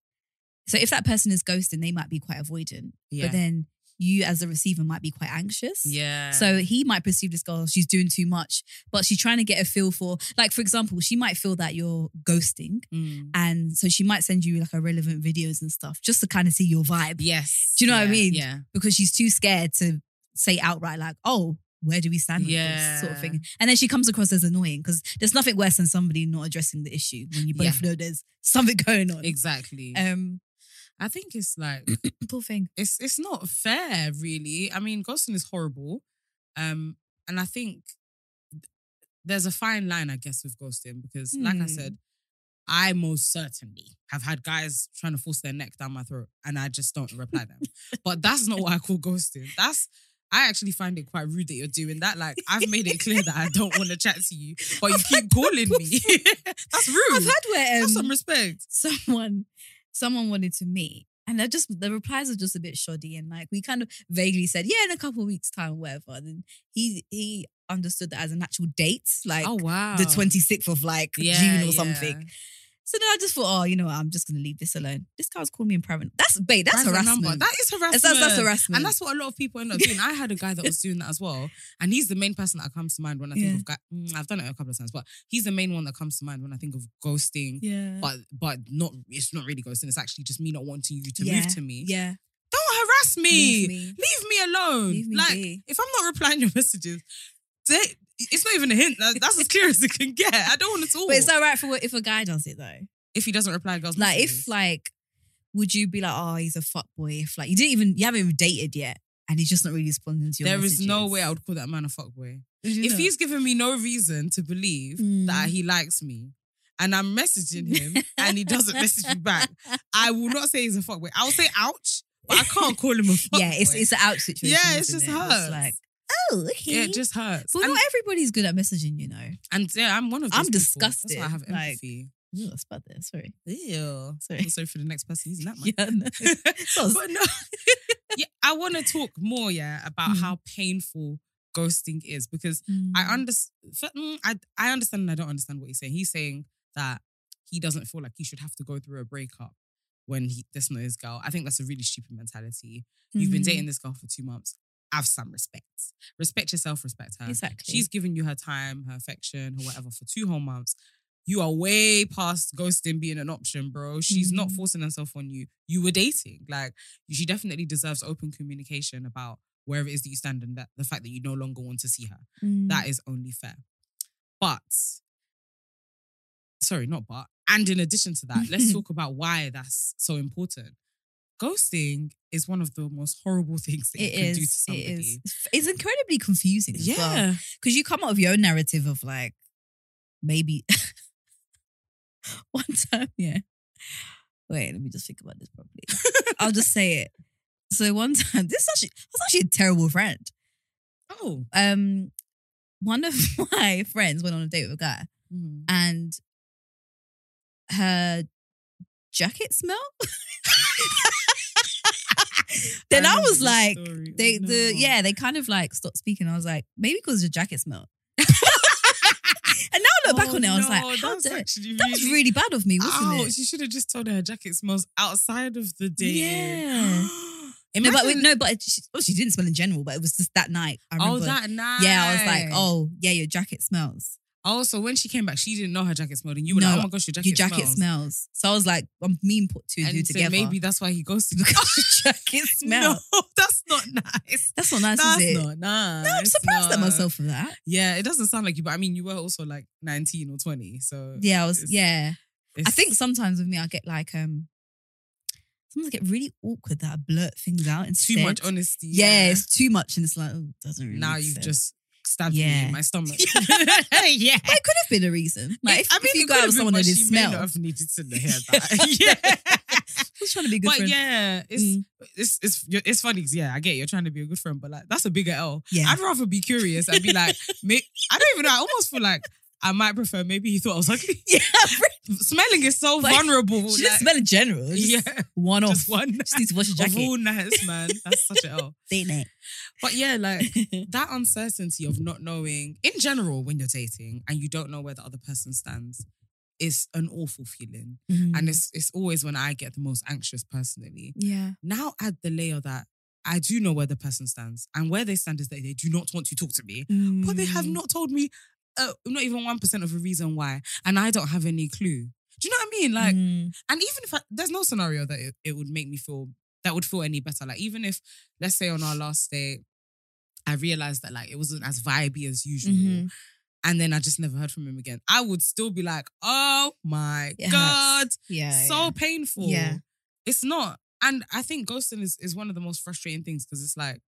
[SPEAKER 2] so if that person is ghosting, they might be quite avoidant.
[SPEAKER 1] Yeah.
[SPEAKER 2] But then you as a receiver might be quite anxious.
[SPEAKER 1] yeah.
[SPEAKER 2] So he might perceive this girl, she's doing too much, but she's trying to get a feel for, like, for example, she might feel that you're ghosting.
[SPEAKER 1] Mm.
[SPEAKER 2] And so she might send you like irrelevant videos and stuff just to kind of see your vibe
[SPEAKER 1] yes.
[SPEAKER 2] Do you know what I
[SPEAKER 1] Yeah,
[SPEAKER 2] mean?
[SPEAKER 1] Yeah.
[SPEAKER 2] because she's too scared to say outright, like, oh, where do we stand with this sort of
[SPEAKER 1] Yeah.
[SPEAKER 2] thing? And then she comes across as annoying because there's nothing worse than somebody not addressing the issue when you both know there's something going on.
[SPEAKER 1] Exactly.
[SPEAKER 2] Um,
[SPEAKER 1] I think it's like
[SPEAKER 2] poor thing.
[SPEAKER 1] it's it's not fair, really. I mean, ghosting is horrible, um, and I think th- there's a fine line, I guess, with ghosting because, like I
[SPEAKER 2] Hmm.
[SPEAKER 1] said, I most certainly have had guys trying to force their neck down my throat, and I just don't reply them. but that's not what I call ghosting. That's I actually find it quite rude that you're doing that. Like I've made it clear that I don't want to chat to you, but you keep calling me. that's
[SPEAKER 2] I've
[SPEAKER 1] rude.
[SPEAKER 2] had where
[SPEAKER 1] Have some
[SPEAKER 2] um,
[SPEAKER 1] respect.
[SPEAKER 2] someone someone wanted to meet. And I just the replies are just a bit shoddy and like we kind of vaguely said, yeah, in a couple of weeks' time, whatever. And then he he understood that as an actual date, like
[SPEAKER 1] Oh, wow,
[SPEAKER 2] the 26th of like
[SPEAKER 1] Yeah,
[SPEAKER 2] June or
[SPEAKER 1] yeah.
[SPEAKER 2] something. So then I just thought, oh, you know what? I'm just gonna leave this alone. This guy's calling me in private. That's babe, that's
[SPEAKER 1] Private
[SPEAKER 2] harassment.
[SPEAKER 1] number. That is harassment.
[SPEAKER 2] That's- that's- that's harassment.
[SPEAKER 1] And that's what a lot of people end up doing. I had a guy that was doing that as well. And he's the main person that comes to mind when I think
[SPEAKER 2] Yeah.
[SPEAKER 1] of guy. Mm, I've done it a couple of times, but he's the main one that comes to mind when I think of ghosting.
[SPEAKER 2] yeah.
[SPEAKER 1] But but not it's not really ghosting. It's actually just me not wanting you to
[SPEAKER 2] Yeah.
[SPEAKER 1] move to me.
[SPEAKER 2] yeah.
[SPEAKER 1] Don't harass me.
[SPEAKER 2] Leave
[SPEAKER 1] Leave me,
[SPEAKER 2] me.
[SPEAKER 1] alone.
[SPEAKER 2] Leave me
[SPEAKER 1] like
[SPEAKER 2] be.
[SPEAKER 1] if I'm not replying your messages, they- it's not even a hint. That- That's as clear as it can get. I don't want to talk.
[SPEAKER 2] But is that right for if a guy does it though?
[SPEAKER 1] if he doesn't reply, girls.
[SPEAKER 2] Like
[SPEAKER 1] messages.
[SPEAKER 2] if like, would you be like, oh, he's a fuck boy? If like you didn't even you haven't even dated yet, and he's just not really responding to your.
[SPEAKER 1] there is no
[SPEAKER 2] messages?
[SPEAKER 1] way I would call that man a fuckboy.
[SPEAKER 2] Would you
[SPEAKER 1] if
[SPEAKER 2] not?
[SPEAKER 1] he's given me no reason to believe
[SPEAKER 2] Mm.
[SPEAKER 1] that he likes me and I'm messaging him and he doesn't message me back, I will not say he's a fuckboy. I'll say ouch, but I can't call him a fuckboy.
[SPEAKER 2] yeah, it's it's an out situation.
[SPEAKER 1] Yeah, it's
[SPEAKER 2] isn't
[SPEAKER 1] just
[SPEAKER 2] it?
[SPEAKER 1] hurts.
[SPEAKER 2] like, oh, okay.
[SPEAKER 1] Yeah, it just hurts.
[SPEAKER 2] But
[SPEAKER 1] and,
[SPEAKER 2] not everybody's good at messaging, you know.
[SPEAKER 1] and, yeah, I'm one of those
[SPEAKER 2] I'm
[SPEAKER 1] people. That's
[SPEAKER 2] disgusted,
[SPEAKER 1] why I have
[SPEAKER 2] like-
[SPEAKER 1] empathy.
[SPEAKER 2] Ooh, I spat there. Sorry.
[SPEAKER 1] Ew.
[SPEAKER 2] Sorry.
[SPEAKER 1] I'm sorry for the next person using that man.
[SPEAKER 2] Yeah, no. So-
[SPEAKER 1] but no, yeah, I want to talk more, yeah, about
[SPEAKER 2] Mm.
[SPEAKER 1] how painful ghosting is because I understand. I I understand and I don't understand what he's saying. He's saying that he doesn't feel like he should have to go through a breakup when he this not his girl. I think that's a really stupid mentality. You've been
[SPEAKER 2] Mm.
[SPEAKER 1] dating this girl for two months. Have some respect. Respect yourself. Respect her.
[SPEAKER 2] Exactly.
[SPEAKER 1] She's given you her time, her affection, her whatever for two whole months. You are way past ghosting being an option, bro. She's not
[SPEAKER 2] Mhm.
[SPEAKER 1] forcing herself on you. You were dating. Like, she definitely deserves open communication about where it is that you stand and that the fact that you no longer want to see her.
[SPEAKER 2] Mm.
[SPEAKER 1] That is only fair. But, sorry, not but. And in addition to that, let's talk about why that's so important. Ghosting is one of the most horrible things that you
[SPEAKER 2] It
[SPEAKER 1] can do to
[SPEAKER 2] is. It
[SPEAKER 1] somebody.
[SPEAKER 2] is. It's incredibly confusing. As
[SPEAKER 1] Yeah.
[SPEAKER 2] Well. Because you come up with your own narrative of like, maybe one time, yeah. Wait, let me just think about this properly. I'll just say it. So one time, this is actually, I was actually a terrible friend.
[SPEAKER 1] Oh.
[SPEAKER 2] Um, one of my friends went on a date with a guy Mm-hmm. and her jacket smelled. then I,
[SPEAKER 1] remember
[SPEAKER 2] was
[SPEAKER 1] this
[SPEAKER 2] like,
[SPEAKER 1] story. Oh,
[SPEAKER 2] they the
[SPEAKER 1] no.
[SPEAKER 2] yeah, they kind of like stopped speaking. I was like, maybe because the jacket smelled. and now I look back
[SPEAKER 1] Oh,
[SPEAKER 2] on it, I was
[SPEAKER 1] no,
[SPEAKER 2] like, how
[SPEAKER 1] that's
[SPEAKER 2] dare-
[SPEAKER 1] actually
[SPEAKER 2] that was really bad of me, wasn't
[SPEAKER 1] Ouch,
[SPEAKER 2] it?
[SPEAKER 1] you should have just told her her jacket smells outside of the day.
[SPEAKER 2] Yeah. No, but
[SPEAKER 1] Imagine-
[SPEAKER 2] no, but it- she, oh, she didn't smell in general, but it was just that night. I remember.
[SPEAKER 1] oh, that night.
[SPEAKER 2] yeah, I was like, oh, yeah, your jacket smells.
[SPEAKER 1] Oh, so when she came back, she didn't know her jacket smelled, and you were
[SPEAKER 2] No,
[SPEAKER 1] like, oh my gosh, your jacket,
[SPEAKER 2] your jacket smells. So I was like, I'm mean put two and two
[SPEAKER 1] And so
[SPEAKER 2] together.
[SPEAKER 1] maybe that's why he ghosted.
[SPEAKER 2] because your jacket smells.
[SPEAKER 1] No, that's not nice.
[SPEAKER 2] That's not nice,
[SPEAKER 1] that's
[SPEAKER 2] is it?
[SPEAKER 1] not nice.
[SPEAKER 2] no, I'm surprised at
[SPEAKER 1] no.
[SPEAKER 2] myself for that.
[SPEAKER 1] Yeah, it doesn't sound like you, but I mean, you were also like 19 or 20, so
[SPEAKER 2] Yeah, I was.
[SPEAKER 1] Uh, It's-
[SPEAKER 2] yeah, I
[SPEAKER 1] it's-
[SPEAKER 2] think sometimes with me, I get like um, sometimes I get really awkward that I blurt things out and
[SPEAKER 1] too much honesty.
[SPEAKER 2] Yeah, it's too much, and it's like oh, doesn't really.
[SPEAKER 1] now
[SPEAKER 2] make
[SPEAKER 1] you've
[SPEAKER 2] sense.
[SPEAKER 1] just stabbed me
[SPEAKER 2] Yeah.
[SPEAKER 1] in my stomach.
[SPEAKER 2] yeah. But it could have been a reason. Like, if,
[SPEAKER 1] I mean,
[SPEAKER 2] if you
[SPEAKER 1] it
[SPEAKER 2] go
[SPEAKER 1] could
[SPEAKER 2] out
[SPEAKER 1] have
[SPEAKER 2] with
[SPEAKER 1] been,
[SPEAKER 2] someone
[SPEAKER 1] but
[SPEAKER 2] that did
[SPEAKER 1] she
[SPEAKER 2] smell.
[SPEAKER 1] May not have needed to hear that. yeah.
[SPEAKER 2] Just trying to be a good
[SPEAKER 1] But
[SPEAKER 2] friend.
[SPEAKER 1] yeah, it's,
[SPEAKER 2] Mm.
[SPEAKER 1] it's it's you're- it's funny. 'cause Yeah, I get it, you're trying to be a good friend, but like that's a bigger L.
[SPEAKER 2] Yeah.
[SPEAKER 1] I'd rather be curious and be like, may, I don't even know. I almost feel like I might prefer. Maybe he thought I was ugly.
[SPEAKER 2] Yeah.
[SPEAKER 1] Smelling is so
[SPEAKER 2] Like,
[SPEAKER 1] vulnerable.
[SPEAKER 2] She
[SPEAKER 1] like-
[SPEAKER 2] didn't smell in general. Just
[SPEAKER 1] yeah,
[SPEAKER 2] one off.
[SPEAKER 1] just one.
[SPEAKER 2] Just needs to wash your
[SPEAKER 1] Of
[SPEAKER 2] jacket.
[SPEAKER 1] all nights, man. That's such an L.
[SPEAKER 2] Date
[SPEAKER 1] But yeah, like
[SPEAKER 2] night.
[SPEAKER 1] that uncertainty of not knowing in general when you're dating and you don't know where the other person stands is an awful feeling.
[SPEAKER 2] Mm.
[SPEAKER 1] And it's it's always when I get the most anxious personally.
[SPEAKER 2] yeah.
[SPEAKER 1] Now add the layer that I do know where the person stands and where they stand is that they do not want to talk to me, but they
[SPEAKER 2] Mm.
[SPEAKER 1] have not told me uh, not even one percent of a reason why, and I don't have any clue. Do you know what I mean? Like,
[SPEAKER 2] Mm.
[SPEAKER 1] and even if I, there's no scenario that it, it would make me feel that would feel any better. Like even if let's say on our last date, I realized that like it wasn't as vibey as usual,
[SPEAKER 2] Mhm.
[SPEAKER 1] and then I just never heard from him again. I would still be like, oh my
[SPEAKER 2] It hurts.
[SPEAKER 1] god,
[SPEAKER 2] yeah.
[SPEAKER 1] so painful.
[SPEAKER 2] Yeah.
[SPEAKER 1] It's not. And I think ghosting is, is one of the most frustrating things because it's like,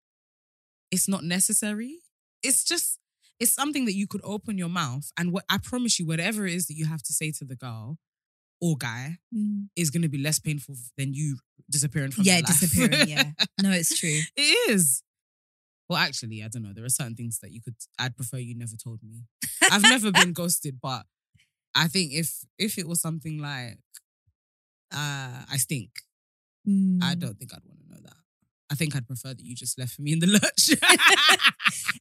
[SPEAKER 1] it's not necessary. It's just, it's something that you could open your mouth and what I promise you, whatever it is that you have to say to the girl or guy
[SPEAKER 2] yeah. Mm.
[SPEAKER 1] is going to be less painful than you disappearing from
[SPEAKER 2] Yeah,
[SPEAKER 1] their life.
[SPEAKER 2] disappearing. Yeah. No, it's true.
[SPEAKER 1] It is. Well, actually, I don't know. There are certain things that you could. I'd prefer you never told me. I've never been ghosted, but I think if if it was something like, uh, I stink. I
[SPEAKER 2] Mm.
[SPEAKER 1] don't think I'd want to know that. I think I'd prefer that you just left me in the lurch.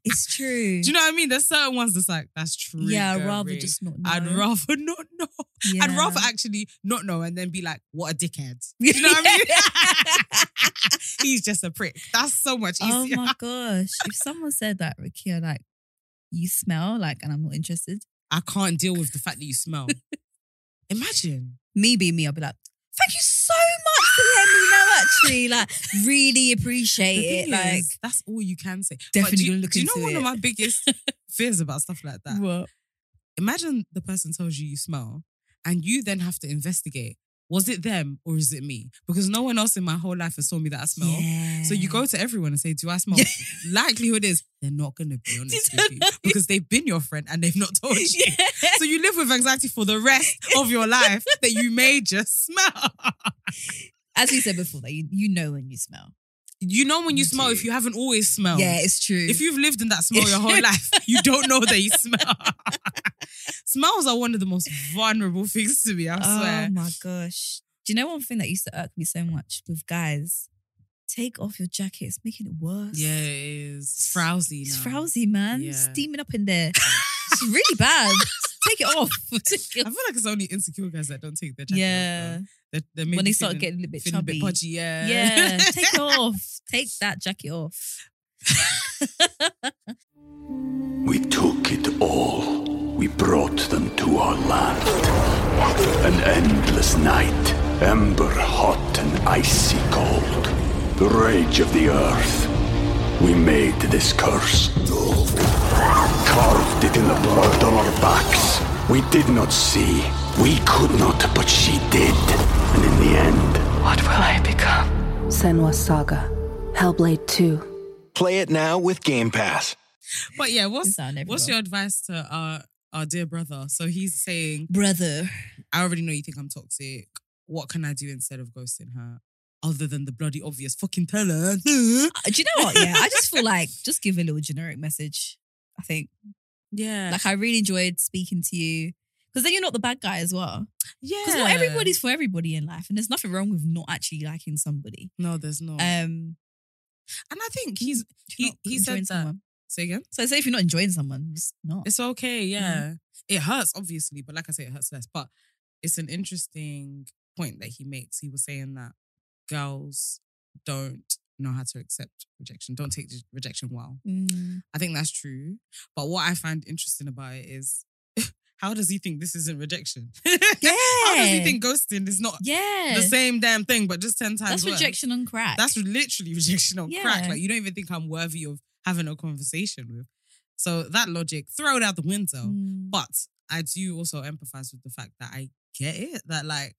[SPEAKER 2] It's true.
[SPEAKER 1] Do you know what I mean? There's certain ones that's like that's true.
[SPEAKER 2] yeah, I'd rather just not know.
[SPEAKER 1] I'd rather not know. I'd
[SPEAKER 2] Yeah.
[SPEAKER 1] rather actually not know and then be like, what a dickhead. Do you know what I mean? He's just a prick. That's so much
[SPEAKER 2] Oh
[SPEAKER 1] easier.
[SPEAKER 2] my gosh. If someone said that, Rakia, like, you smell, like, and I'm not interested,
[SPEAKER 1] I can't deal with the fact that you smell. Imagine.
[SPEAKER 2] me being me, I'll be like, thank you so much for letting me know, actually. Like, really
[SPEAKER 1] The
[SPEAKER 2] appreciate it.
[SPEAKER 1] thing
[SPEAKER 2] Like,
[SPEAKER 1] is, that's all you can say. But
[SPEAKER 2] Definitely
[SPEAKER 1] do you,
[SPEAKER 2] gonna look
[SPEAKER 1] do you know
[SPEAKER 2] into
[SPEAKER 1] one
[SPEAKER 2] it.
[SPEAKER 1] of my biggest fears about stuff like that?
[SPEAKER 2] what?
[SPEAKER 1] Imagine the person tells you you smell, and you then have to investigate. Was it them or is it me? Because no one else in my whole life has told me that I smell. So you go to everyone and say, "Do I smell?" Likelihood is they're not going to be honest with you because they've been your friend and they've not told you.
[SPEAKER 2] Yeah.
[SPEAKER 1] So you live with anxiety for the rest of your life that you may just smell.
[SPEAKER 2] As we said before, like, you, you know when you smell.
[SPEAKER 1] You know when you
[SPEAKER 2] You
[SPEAKER 1] smell if
[SPEAKER 2] do.
[SPEAKER 1] you haven't always smelled.
[SPEAKER 2] Yeah, it's true.
[SPEAKER 1] If you've lived in that smell your whole life, you don't know that you smell. Smells are one of the most vulnerable things to me. I swear.
[SPEAKER 2] Oh my gosh. Do you know one thing that used to irk me so much with guys? Take off your jacket. It's making it worse.
[SPEAKER 1] Yeah, it is. It's frowsy now.
[SPEAKER 2] It's frowsy, man.
[SPEAKER 1] Yeah.
[SPEAKER 2] Steaming up in there. it's really bad. Take it off. Take
[SPEAKER 1] I
[SPEAKER 2] it
[SPEAKER 1] feel
[SPEAKER 2] off.
[SPEAKER 1] like it's only insecure guys that don't take their jacket off.
[SPEAKER 2] Yeah.
[SPEAKER 1] though. They're, they're
[SPEAKER 2] When
[SPEAKER 1] maybe
[SPEAKER 2] they start
[SPEAKER 1] feeling-
[SPEAKER 2] getting a little bit
[SPEAKER 1] feeling
[SPEAKER 2] chubby.
[SPEAKER 1] a bit podgy. Yeah.
[SPEAKER 2] yeah. Take it off. Take that jacket off.
[SPEAKER 3] We took it all. We brought them to our land. An endless night, ember hot and icy cold. The rage of the earth. We made this curse. Carved it in the blood on our backs. We did not see. We could not, but she did. And in the end,
[SPEAKER 4] What will I become?
[SPEAKER 5] Senwa Saga. Hellblade 2.
[SPEAKER 6] Play it now with Game Pass.
[SPEAKER 1] But yeah, what's
[SPEAKER 2] It's on
[SPEAKER 1] what's
[SPEAKER 2] everywhere.
[SPEAKER 1] your advice to our our dear brother? So he's saying
[SPEAKER 2] Brother.
[SPEAKER 1] I already know you think I'm toxic. What can I do instead of ghosting her? Other than the bloody obvious fucking tell her.
[SPEAKER 2] Uh, Do you know what? Yeah. I just feel like just give a little generic message. I think.
[SPEAKER 1] yeah.
[SPEAKER 2] Like I really enjoyed speaking to you. Because then you're not the bad guy as well.
[SPEAKER 1] yeah.
[SPEAKER 2] Because not everybody's for everybody in life, and there's nothing wrong with not actually liking somebody.
[SPEAKER 1] No, there's not.
[SPEAKER 2] Um,
[SPEAKER 1] and I think he's
[SPEAKER 2] if
[SPEAKER 1] Oh. He-
[SPEAKER 2] you're not
[SPEAKER 1] he said
[SPEAKER 2] enjoying
[SPEAKER 1] that.
[SPEAKER 2] Someone.
[SPEAKER 1] say again. Mm-hmm.
[SPEAKER 2] So say if you're not enjoying someone, just not.
[SPEAKER 1] It's okay, yeah. It hurts, obviously, but like I say, it hurts less. But it's an interesting point that he makes. He was saying that girls don't know how to accept rejection, don't take the rejection well.
[SPEAKER 2] Mm.
[SPEAKER 1] I think that's true. But what I find interesting about it is how does he think this isn't rejection? how does he
[SPEAKER 2] Yeah.
[SPEAKER 1] think ghosting is not
[SPEAKER 2] Yeah,
[SPEAKER 1] the same damn thing, but just 10 times
[SPEAKER 2] that's
[SPEAKER 1] worse?
[SPEAKER 2] rejection on crack.
[SPEAKER 1] That's literally rejection on crack.
[SPEAKER 2] Yeah.
[SPEAKER 1] Like you don't even think I'm worthy of having a conversation with. So that logic, throw it out the window.
[SPEAKER 2] Mm.
[SPEAKER 1] But I do also empathize with the fact that I get it. That like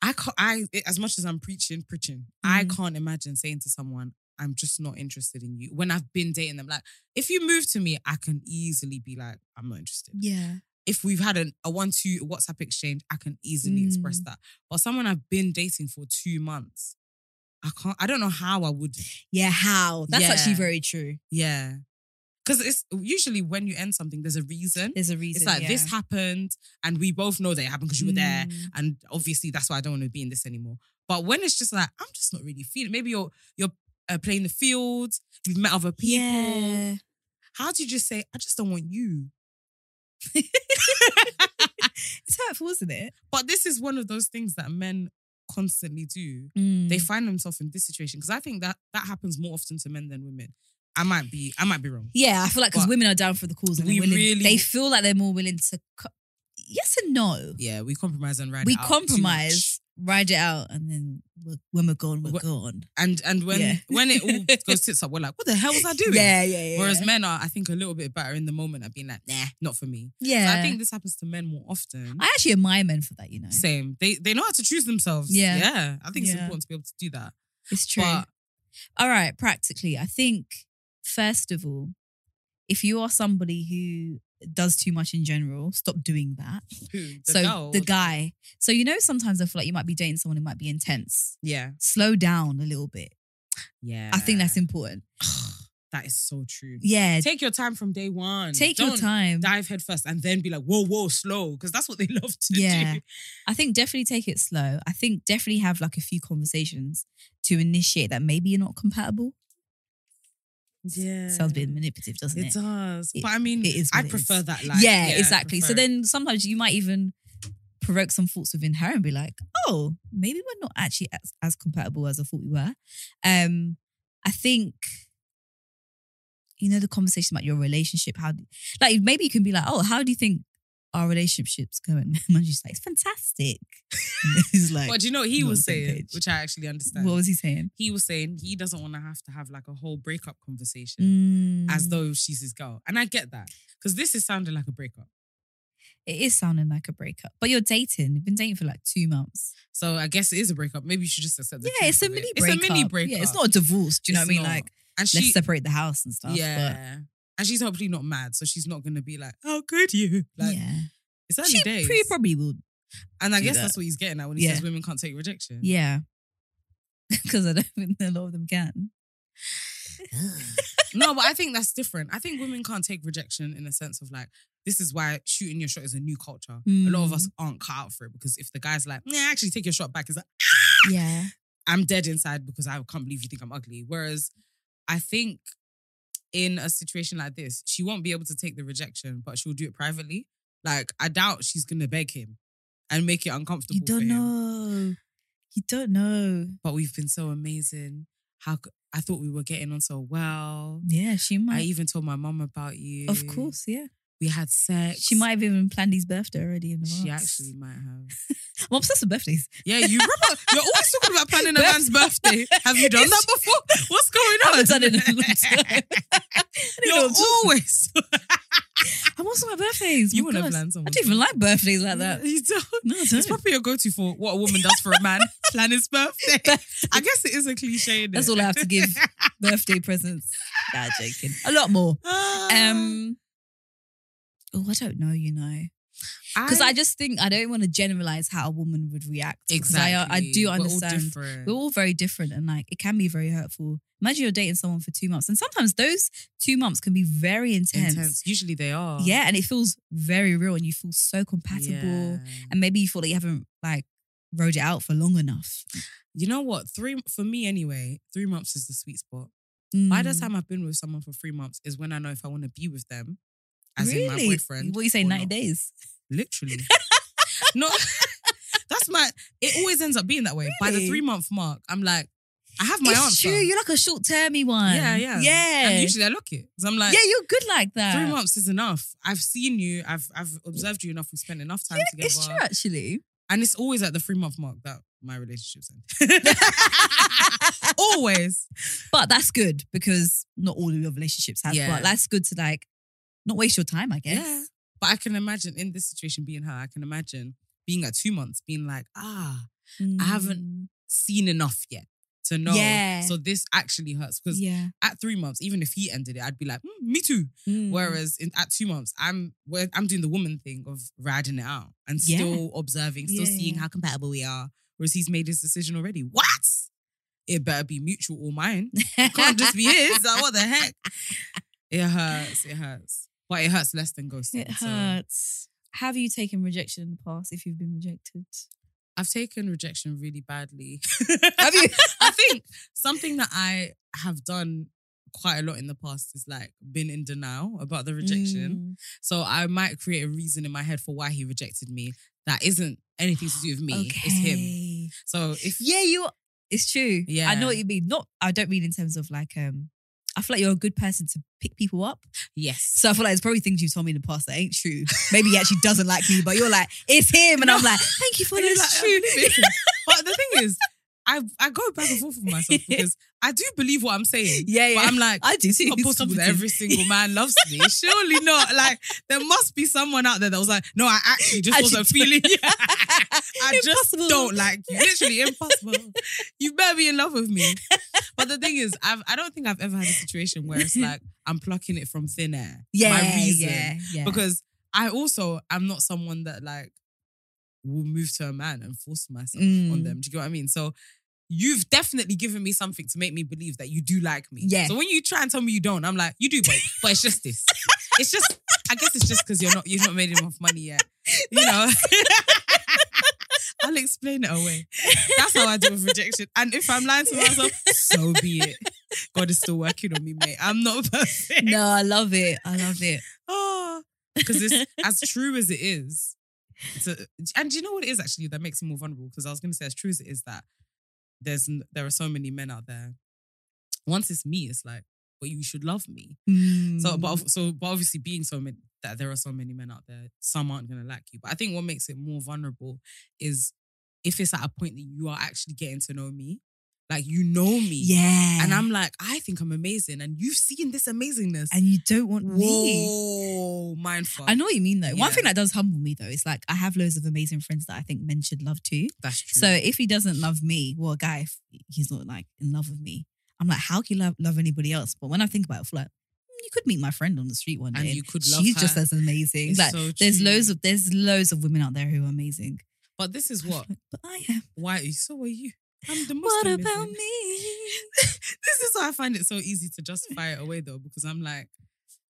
[SPEAKER 1] I can't I as much as I'm preaching, preaching, I
[SPEAKER 2] Mhm.
[SPEAKER 1] can't imagine saying to someone, I'm just not interested in you. When I've been dating them, like if you move to me, I can easily be like, I'm not interested.
[SPEAKER 2] Yeah.
[SPEAKER 1] If we've had an, a one two WhatsApp exchange, I can easily
[SPEAKER 2] Mm.
[SPEAKER 1] express that. But someone I've been dating for two months, I can't. I don't know how I would.
[SPEAKER 2] Yeah, how? That's
[SPEAKER 1] Yeah.
[SPEAKER 2] actually very true.
[SPEAKER 1] Yeah, because it's usually when you end something, there's a reason.
[SPEAKER 2] There's a reason.
[SPEAKER 1] It's like
[SPEAKER 2] yeah.
[SPEAKER 1] this happened, and we both know that it happened because you were there,
[SPEAKER 2] Mm.
[SPEAKER 1] and obviously that's why I don't want to be in this anymore. But when it's just like I'm just not really feeling. Maybe you're you're uh, playing the field, you've met other people.
[SPEAKER 2] Yeah.
[SPEAKER 1] How do you just say I just don't want you?
[SPEAKER 2] It's hurtful, isn't it?
[SPEAKER 1] But this is one of those things that men constantly do.
[SPEAKER 2] Mm.
[SPEAKER 1] They find themselves in this situation because I think that that happens more often to men than women. I might be I might be wrong.
[SPEAKER 2] yeah, I feel like because
[SPEAKER 1] But
[SPEAKER 2] women are down for the cause and
[SPEAKER 1] we
[SPEAKER 2] they're willing,
[SPEAKER 1] really-
[SPEAKER 2] they feel like they're more willing to. Co- yes and no.
[SPEAKER 1] Yeah, we compromise and ride.
[SPEAKER 2] we
[SPEAKER 1] it out too much.
[SPEAKER 2] compromise, ride it out, and then we're, when we're gone, we're
[SPEAKER 1] Wh-
[SPEAKER 2] gone.
[SPEAKER 1] and and when
[SPEAKER 2] Yeah.
[SPEAKER 1] when it all goes tits up, we're like, what the hell was I doing?
[SPEAKER 2] Yeah, yeah, yeah.
[SPEAKER 1] Whereas men are, I think, a little bit better in the moment at being like, nah, not for me.
[SPEAKER 2] yeah,
[SPEAKER 1] So I think this happens to men more often.
[SPEAKER 2] I actually admire men for that. You know,
[SPEAKER 1] Same. They they know how to choose themselves.
[SPEAKER 2] Yeah.
[SPEAKER 1] Yeah. I think it's
[SPEAKER 2] Yeah.
[SPEAKER 1] important to be able to do that.
[SPEAKER 2] it's true.
[SPEAKER 1] But
[SPEAKER 2] all right, practically, I think first of all, if you are somebody who does too much in general, stop doing that.
[SPEAKER 1] who? The
[SPEAKER 2] so
[SPEAKER 1] girl?
[SPEAKER 2] the guy. So you know, sometimes I feel like you might be dating someone who might be intense.
[SPEAKER 1] Yeah.
[SPEAKER 2] Slow down a little bit.
[SPEAKER 1] Yeah.
[SPEAKER 2] I think that's important.
[SPEAKER 1] that is so true.
[SPEAKER 2] Yeah,
[SPEAKER 1] Take your time from day one.
[SPEAKER 2] take your
[SPEAKER 1] Don't
[SPEAKER 2] time.
[SPEAKER 1] Dive head first and then be like, whoa, whoa, slow. Because that's what they love to
[SPEAKER 2] Yeah.
[SPEAKER 1] do.
[SPEAKER 2] I think definitely take it slow. I think definitely have like a few conversations to initiate that maybe you're not compatible.
[SPEAKER 1] Yeah.
[SPEAKER 2] Sounds a bit manipulative, doesn't
[SPEAKER 1] It
[SPEAKER 2] it?
[SPEAKER 1] does.
[SPEAKER 2] It-
[SPEAKER 1] but I mean,
[SPEAKER 2] it is
[SPEAKER 1] I
[SPEAKER 2] what it
[SPEAKER 1] prefer
[SPEAKER 2] is.
[SPEAKER 1] that life.
[SPEAKER 2] yeah,
[SPEAKER 1] I
[SPEAKER 2] exactly.
[SPEAKER 1] prefer
[SPEAKER 2] So
[SPEAKER 1] it.
[SPEAKER 2] then sometimes you might even provoke some thoughts within her and be like, oh, maybe we're not actually as, as compatible as I thought we were. Um, I think, you know, the conversation about your relationship, how, do, like, maybe you can be like, oh, how do you think our relationship's going? And she's like, it's fantastic. And he's like,
[SPEAKER 1] But do you know what he
[SPEAKER 2] Not on
[SPEAKER 1] was
[SPEAKER 2] the same
[SPEAKER 1] saying,
[SPEAKER 2] page.
[SPEAKER 1] which I actually understand.
[SPEAKER 2] what was he saying?
[SPEAKER 1] he was saying he doesn't want to have to have like a whole breakup conversation
[SPEAKER 2] Mm,
[SPEAKER 1] as though she's his girl. And I get that. Because this is sounding like a breakup.
[SPEAKER 2] it is sounding like a breakup, but you're dating. You've been dating for like two months.
[SPEAKER 1] So I guess it is a breakup. Maybe you should just accept the
[SPEAKER 2] Yeah, it's a
[SPEAKER 1] truth of
[SPEAKER 2] mini
[SPEAKER 1] it.
[SPEAKER 2] breakup.
[SPEAKER 1] It's a mini breakup.
[SPEAKER 2] Yeah, it's not a divorce. Do you know
[SPEAKER 1] It's
[SPEAKER 2] what I mean?
[SPEAKER 1] not.
[SPEAKER 2] Like,
[SPEAKER 1] And
[SPEAKER 2] let's
[SPEAKER 1] she,
[SPEAKER 2] separate the house and stuff. Yeah.
[SPEAKER 1] yeah. And she's hopefully not mad. So she's not going to be like, how could you?
[SPEAKER 2] But
[SPEAKER 1] Like,
[SPEAKER 2] yeah.
[SPEAKER 1] it's early
[SPEAKER 2] She
[SPEAKER 1] days.
[SPEAKER 2] pretty probably will.
[SPEAKER 1] and I
[SPEAKER 2] do
[SPEAKER 1] guess
[SPEAKER 2] that.
[SPEAKER 1] that's what he's getting at when he
[SPEAKER 2] Yeah.
[SPEAKER 1] says women can't take rejection.
[SPEAKER 2] Yeah. Because I don't think a lot of them can.
[SPEAKER 1] no, but I think that's different. I think women can't take rejection in a sense of like, this is why shooting your shot is a new culture. A lot of
[SPEAKER 2] Mm.
[SPEAKER 1] us aren't cut out for it because if the guy's like, nah, actually take your shot back, it's like,
[SPEAKER 2] Yeah.
[SPEAKER 1] I'm dead inside because I can't believe you think I'm ugly. Whereas I think in a situation like this, she won't be able to take the rejection, but she'll do it privately. Like, I doubt she's going to beg him and make it uncomfortable.
[SPEAKER 2] You
[SPEAKER 1] for
[SPEAKER 2] don't
[SPEAKER 1] him.
[SPEAKER 2] know. You don't know.
[SPEAKER 1] But we've been so amazing. How c- I thought we were getting on so well.
[SPEAKER 2] Yeah, she
[SPEAKER 1] I
[SPEAKER 2] might.
[SPEAKER 1] even told my mum about you.
[SPEAKER 2] Of course, yeah.
[SPEAKER 1] We had sex.
[SPEAKER 2] She might have even planned his birthday already in advance.
[SPEAKER 1] She actually might have.
[SPEAKER 2] I'm obsessed with birthdays.
[SPEAKER 1] Yeah, you remember? You're always talking about planning a man's birthday. Have you done that before? What's going on?
[SPEAKER 2] I haven't done it in a long time. I don't know
[SPEAKER 1] You're
[SPEAKER 2] what I'm talking-
[SPEAKER 1] always.
[SPEAKER 2] I'm also my birthdays.
[SPEAKER 1] You
[SPEAKER 2] my
[SPEAKER 1] wouldn't have
[SPEAKER 2] gosh.
[SPEAKER 1] planned someone.
[SPEAKER 2] I don't even like birthdays like that.
[SPEAKER 1] You don't.
[SPEAKER 2] No, I
[SPEAKER 1] It's
[SPEAKER 2] don't.
[SPEAKER 1] probably your go-to for what a woman does for a man: plan his birthday. I guess it is a cliche. Isn't
[SPEAKER 2] That's
[SPEAKER 1] it?
[SPEAKER 2] all I have to give. Birthday presents. Nah, joking. A lot more.
[SPEAKER 1] Uh,
[SPEAKER 2] Um, oh, I don't know, you know, because I, just think I don't want to generalize how a woman would react. because
[SPEAKER 1] exactly.
[SPEAKER 2] I, I do
[SPEAKER 1] We're all
[SPEAKER 2] understand.
[SPEAKER 1] different.
[SPEAKER 2] We're all very different, and like it can be very hurtful. Imagine you're dating someone for two months, and sometimes those two months can be very intense.
[SPEAKER 1] intense. Oh. Usually they are.
[SPEAKER 2] Yeah, and it feels very real, and you feel so compatible,
[SPEAKER 1] Yeah.
[SPEAKER 2] and maybe you feel that you haven't like rode it out for long enough.
[SPEAKER 1] You know what? Three for me anyway. Three months is the sweet spot. By the
[SPEAKER 2] Mm.
[SPEAKER 1] time I've been with someone for three months is when I know if I want to be with them, as in my
[SPEAKER 2] Really?
[SPEAKER 1] boyfriend.
[SPEAKER 2] what you say,
[SPEAKER 1] or
[SPEAKER 2] ninety
[SPEAKER 1] not.
[SPEAKER 2] days?
[SPEAKER 1] Literally. no, that's my. It always ends up being that way. By the
[SPEAKER 2] Really?
[SPEAKER 1] three month mark, I'm like, I have my
[SPEAKER 2] it's
[SPEAKER 1] answer.
[SPEAKER 2] true. You're like a short termy one.
[SPEAKER 1] Yeah, yeah,
[SPEAKER 2] yeah.
[SPEAKER 1] And usually I look it. So I'm like,
[SPEAKER 2] yeah, you're good like that.
[SPEAKER 1] three months is enough. I've seen you. I've I've observed you enough. We spent enough time
[SPEAKER 2] Yeah,
[SPEAKER 1] together.
[SPEAKER 2] It's true, actually.
[SPEAKER 1] And it's always at the three month mark that my relationships end. always.
[SPEAKER 2] But that's good because not all of your relationships have.
[SPEAKER 1] Yeah.
[SPEAKER 2] But that's good to like not waste your time, I guess.
[SPEAKER 1] Yeah. But I can imagine in this situation being her. I can imagine being at two months, being like, ah, I haven't-
[SPEAKER 2] Mm.
[SPEAKER 1] seen enough yet. to know.
[SPEAKER 2] Yeah.
[SPEAKER 1] So this actually hurts because
[SPEAKER 2] yeah. Mm-hmm.
[SPEAKER 1] at three months, even if he ended it, I'd be like, "Mm, me too. Whereas in, at two months, I'm we're, I'm doing the woman thing of riding it out and
[SPEAKER 2] Yeah.
[SPEAKER 1] still observing, still
[SPEAKER 2] Yeah,
[SPEAKER 1] seeing
[SPEAKER 2] yeah.
[SPEAKER 1] how compatible we are. Whereas he's made his decision already. What? It better be mutual or mine. It can't just be his. Like, what the heck? It hurts. It hurts. But it hurts less than ghosting.
[SPEAKER 2] It
[SPEAKER 1] so.
[SPEAKER 2] hurts. Have you taken rejection in the past if you've been rejected?
[SPEAKER 1] I've taken rejection really badly.
[SPEAKER 2] Have you?
[SPEAKER 1] I think something that I have done quite a lot in the past is like been in denial about the rejection.
[SPEAKER 2] Mm.
[SPEAKER 1] So I might create a reason in my head for why he rejected me that isn't anything to do with me. It's him.
[SPEAKER 2] Okay.
[SPEAKER 1] So if
[SPEAKER 2] Yeah, you. It's true. I
[SPEAKER 1] Yeah.
[SPEAKER 2] know what you mean. Not. I don't mean in terms of like. Um. I feel like you're a good person to pick people up.
[SPEAKER 1] yes,
[SPEAKER 2] So I feel like it's probably things you've told me in the past that ain't true. Maybe he actually doesn't like me, but you're like, it's him. And I'm like, thank you for
[SPEAKER 1] And you're like,
[SPEAKER 2] this
[SPEAKER 1] I
[SPEAKER 2] true.
[SPEAKER 1] believe it. but the thing is, I I go back and forth with myself because I do believe what I'm saying.
[SPEAKER 2] yeah, yeah.
[SPEAKER 1] But I'm like,
[SPEAKER 2] I do
[SPEAKER 1] it's
[SPEAKER 2] too.
[SPEAKER 1] not possible that every single man loves me. Surely not. Like there must be someone out there that was like, no, I actually just
[SPEAKER 2] I
[SPEAKER 1] wasn't
[SPEAKER 2] just-
[SPEAKER 1] feeling you. I just
[SPEAKER 2] Impossible.
[SPEAKER 1] don't like you. Literally impossible. you better be in love with me. But the thing is, I've I don't think I've ever had a situation where it's like I'm plucking it from thin air.
[SPEAKER 2] Yeah,
[SPEAKER 1] my reason.
[SPEAKER 2] yeah, yeah.
[SPEAKER 1] Because I also am not someone that like will move to a man and force myself on
[SPEAKER 2] Mm.
[SPEAKER 1] them. Do you get what I mean? So you've definitely given me something to make me believe that you do like me.
[SPEAKER 2] Yeah.
[SPEAKER 1] So when you try and tell me you don't, I'm like, you do, but but it's just this. It's just I guess it's just because you're not you've not made enough money yet. You know. I'll explain it away. That's how I deal with rejection. And if I'm lying to myself, so be it. God is still working on me, mate. I'm not perfect.
[SPEAKER 2] no, I love it. I love it.
[SPEAKER 1] because it's as true as it is. to- and do you know what it is actually that makes it more vulnerable? Because I was going to say, as true as it is, that there's n- there are so many men out there. Once it's me, it's like, but you should love me.
[SPEAKER 2] Mm.
[SPEAKER 1] So, but ob- so, but obviously, being so many that there are so many men out there, some aren't going to like you. But I think what makes it more vulnerable is if it's at a point that you are actually getting to know me, like you know me,
[SPEAKER 2] yeah.
[SPEAKER 1] and I'm like, I think I'm amazing, and you've seen this amazingness,
[SPEAKER 2] and you don't want me.
[SPEAKER 1] Whoa, mindfuck.
[SPEAKER 2] I know what you mean though. One
[SPEAKER 1] Yeah.
[SPEAKER 2] thing that does humble me though is like I have loads of amazing friends that I think men should love too.
[SPEAKER 1] That's true.
[SPEAKER 2] So if he doesn't love me, well, a guy, if he's not like in love with me, I'm like, how can you love, love anybody else? But when I think about it, I'm like, mm, you could meet my friend on the street one day,
[SPEAKER 1] And you could love
[SPEAKER 2] She's just
[SPEAKER 1] her.
[SPEAKER 2] as amazing.
[SPEAKER 1] It's
[SPEAKER 2] like,
[SPEAKER 1] so
[SPEAKER 2] there's
[SPEAKER 1] true.
[SPEAKER 2] loads of there's loads of women out there who are amazing.
[SPEAKER 1] but this is
[SPEAKER 2] I'm
[SPEAKER 1] what?
[SPEAKER 2] like, But I am.
[SPEAKER 1] Why? So are you? I'm the most.
[SPEAKER 2] What
[SPEAKER 1] amazing.
[SPEAKER 2] about me?
[SPEAKER 1] this is why I find it so easy to justify it away, though, because I'm like,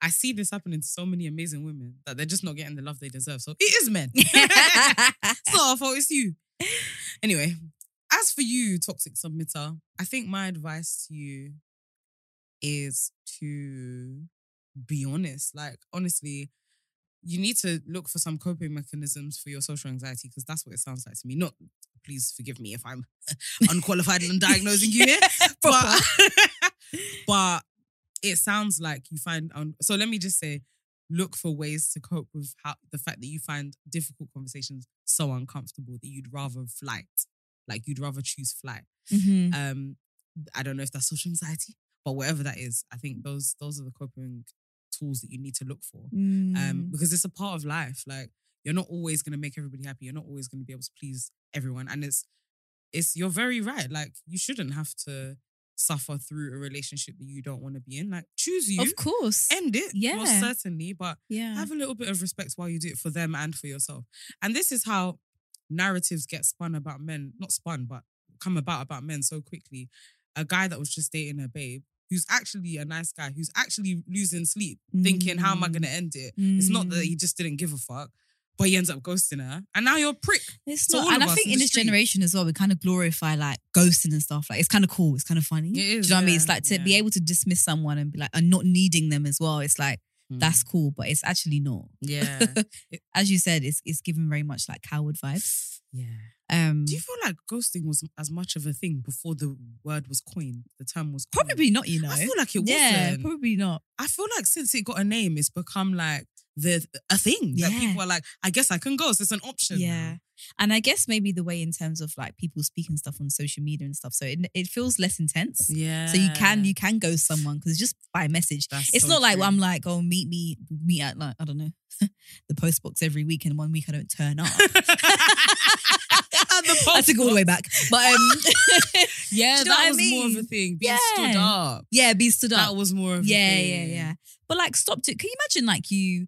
[SPEAKER 1] I see this happening to so many amazing women that they're just not getting the love they deserve. So it is men. it's not our fault. It's you. Anyway, as for you, toxic submitter, I think my advice to you is to be honest. Like, honestly, you need to look for some coping mechanisms for your social anxiety because that's what it sounds like to me. Not, please forgive me if I'm unqualified and diagnosing you here, but, but it sounds like you find. Un- so let me just say, look for ways to cope with how the fact that you find difficult conversations so uncomfortable that you'd rather flight, like you'd rather choose flight.
[SPEAKER 2] Mhm.
[SPEAKER 1] Um, I don't know if that's social anxiety, but whatever that is, I think those those are the coping tools that you need to look for um,
[SPEAKER 2] Mm.
[SPEAKER 1] because it's a part of life. Like you're not always going to make everybody happy. You're not always going to be able to please everyone, and it's it's you're very right. Like you shouldn't have to suffer through a relationship that you don't want to be in. Like choose you,
[SPEAKER 2] of course.
[SPEAKER 1] end it, most
[SPEAKER 2] Yeah.
[SPEAKER 1] certainly. But
[SPEAKER 2] yeah.
[SPEAKER 1] have a little bit of respect while you do it for them and for yourself. And this is how narratives get spun about men, not spun, but come about about men so quickly. A guy that was just dating a babe, who's actually a nice guy, who's actually losing sleep, thinking, how am I
[SPEAKER 2] Mm.
[SPEAKER 1] going to end it? It's not that
[SPEAKER 2] Mm.
[SPEAKER 1] he just didn't give a fuck, but he ends up ghosting her. And now you're a prick.
[SPEAKER 2] It's
[SPEAKER 1] to
[SPEAKER 2] not,
[SPEAKER 1] all
[SPEAKER 2] and
[SPEAKER 1] of
[SPEAKER 2] I
[SPEAKER 1] us
[SPEAKER 2] think
[SPEAKER 1] in
[SPEAKER 2] in
[SPEAKER 1] the
[SPEAKER 2] this
[SPEAKER 1] street.
[SPEAKER 2] generation as well, we kind of glorify like ghosting and stuff. Like it's kind of cool. It's kind of funny.
[SPEAKER 1] It is,
[SPEAKER 2] Do you know what I mean?
[SPEAKER 1] yeah,
[SPEAKER 2] It's like to be
[SPEAKER 1] yeah.
[SPEAKER 2] able to dismiss someone and be like, and not needing them as well. It's like that's cool, but it's actually not.
[SPEAKER 1] Mm. yeah.
[SPEAKER 2] As you said, it's it's given very much like coward vibes.
[SPEAKER 1] yeah.
[SPEAKER 2] Um,
[SPEAKER 1] Do you feel like ghosting was as much of a thing before the word was coined? The term was coined?
[SPEAKER 2] probably not. You know,
[SPEAKER 1] I feel like it
[SPEAKER 2] yeah,
[SPEAKER 1] wasn't.
[SPEAKER 2] probably not.
[SPEAKER 1] I feel like since it got a name, it's become like the a thing that
[SPEAKER 2] Yeah.
[SPEAKER 1] people are like, I guess I can ghost. It's an option. now.
[SPEAKER 2] Yeah. And I guess maybe the way in terms of like people speaking stuff on social media and stuff, so it, it feels less intense.
[SPEAKER 1] Yeah.
[SPEAKER 2] So you can you can ghost someone because it's just by message.
[SPEAKER 1] That's
[SPEAKER 2] It's
[SPEAKER 1] so
[SPEAKER 2] not like
[SPEAKER 1] true.
[SPEAKER 2] well, I'm like, oh, meet me, meet at like I don't know, the post box every week, and one week I don't turn up.
[SPEAKER 1] and the
[SPEAKER 2] I took it all the way back. But um,
[SPEAKER 1] Yeah,
[SPEAKER 2] Do you know
[SPEAKER 1] that
[SPEAKER 2] what I
[SPEAKER 1] was more of
[SPEAKER 2] mean?
[SPEAKER 1] a thing. Being
[SPEAKER 2] Yeah.
[SPEAKER 1] stood up.
[SPEAKER 2] yeah, be stood up.
[SPEAKER 1] That was more of a
[SPEAKER 2] yeah,
[SPEAKER 1] thing.
[SPEAKER 2] yeah, yeah. But like, stopped it. Can you imagine like you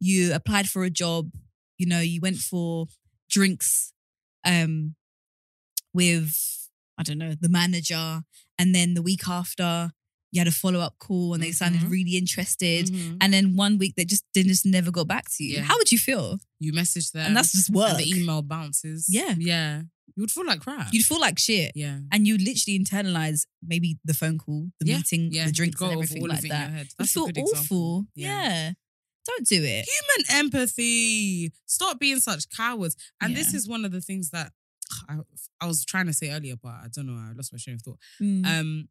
[SPEAKER 2] you applied for a job, you know, you went for drinks um with I don't know, the manager, and then the week after you had a follow-up call and they sounded
[SPEAKER 1] Mhm.
[SPEAKER 2] really interested.
[SPEAKER 1] Mhm.
[SPEAKER 2] And then one week they just they just never got back to you.
[SPEAKER 1] Yeah.
[SPEAKER 2] How would you feel?
[SPEAKER 1] You message them.
[SPEAKER 2] and that's just work.
[SPEAKER 1] and the email bounces.
[SPEAKER 2] Yeah.
[SPEAKER 1] Yeah. You would feel like crap.
[SPEAKER 2] You'd feel like shit.
[SPEAKER 1] yeah.
[SPEAKER 2] And you literally internalize maybe the phone call, the
[SPEAKER 1] Yeah,
[SPEAKER 2] meeting,
[SPEAKER 1] Yeah.
[SPEAKER 2] the
[SPEAKER 1] You'd
[SPEAKER 2] drinks,
[SPEAKER 1] go
[SPEAKER 2] and
[SPEAKER 1] over
[SPEAKER 2] everything
[SPEAKER 1] all of
[SPEAKER 2] like
[SPEAKER 1] it in your
[SPEAKER 2] that.
[SPEAKER 1] head.
[SPEAKER 2] It
[SPEAKER 1] That's a
[SPEAKER 2] feel
[SPEAKER 1] good
[SPEAKER 2] awful.
[SPEAKER 1] example.
[SPEAKER 2] Yeah. Don't do it.
[SPEAKER 1] Human empathy. Stop being such cowards. And this
[SPEAKER 2] Yeah.
[SPEAKER 1] is one of the things that I, I was trying to say earlier, but I don't know. I lost my train of thought.
[SPEAKER 2] Mm.
[SPEAKER 1] Um,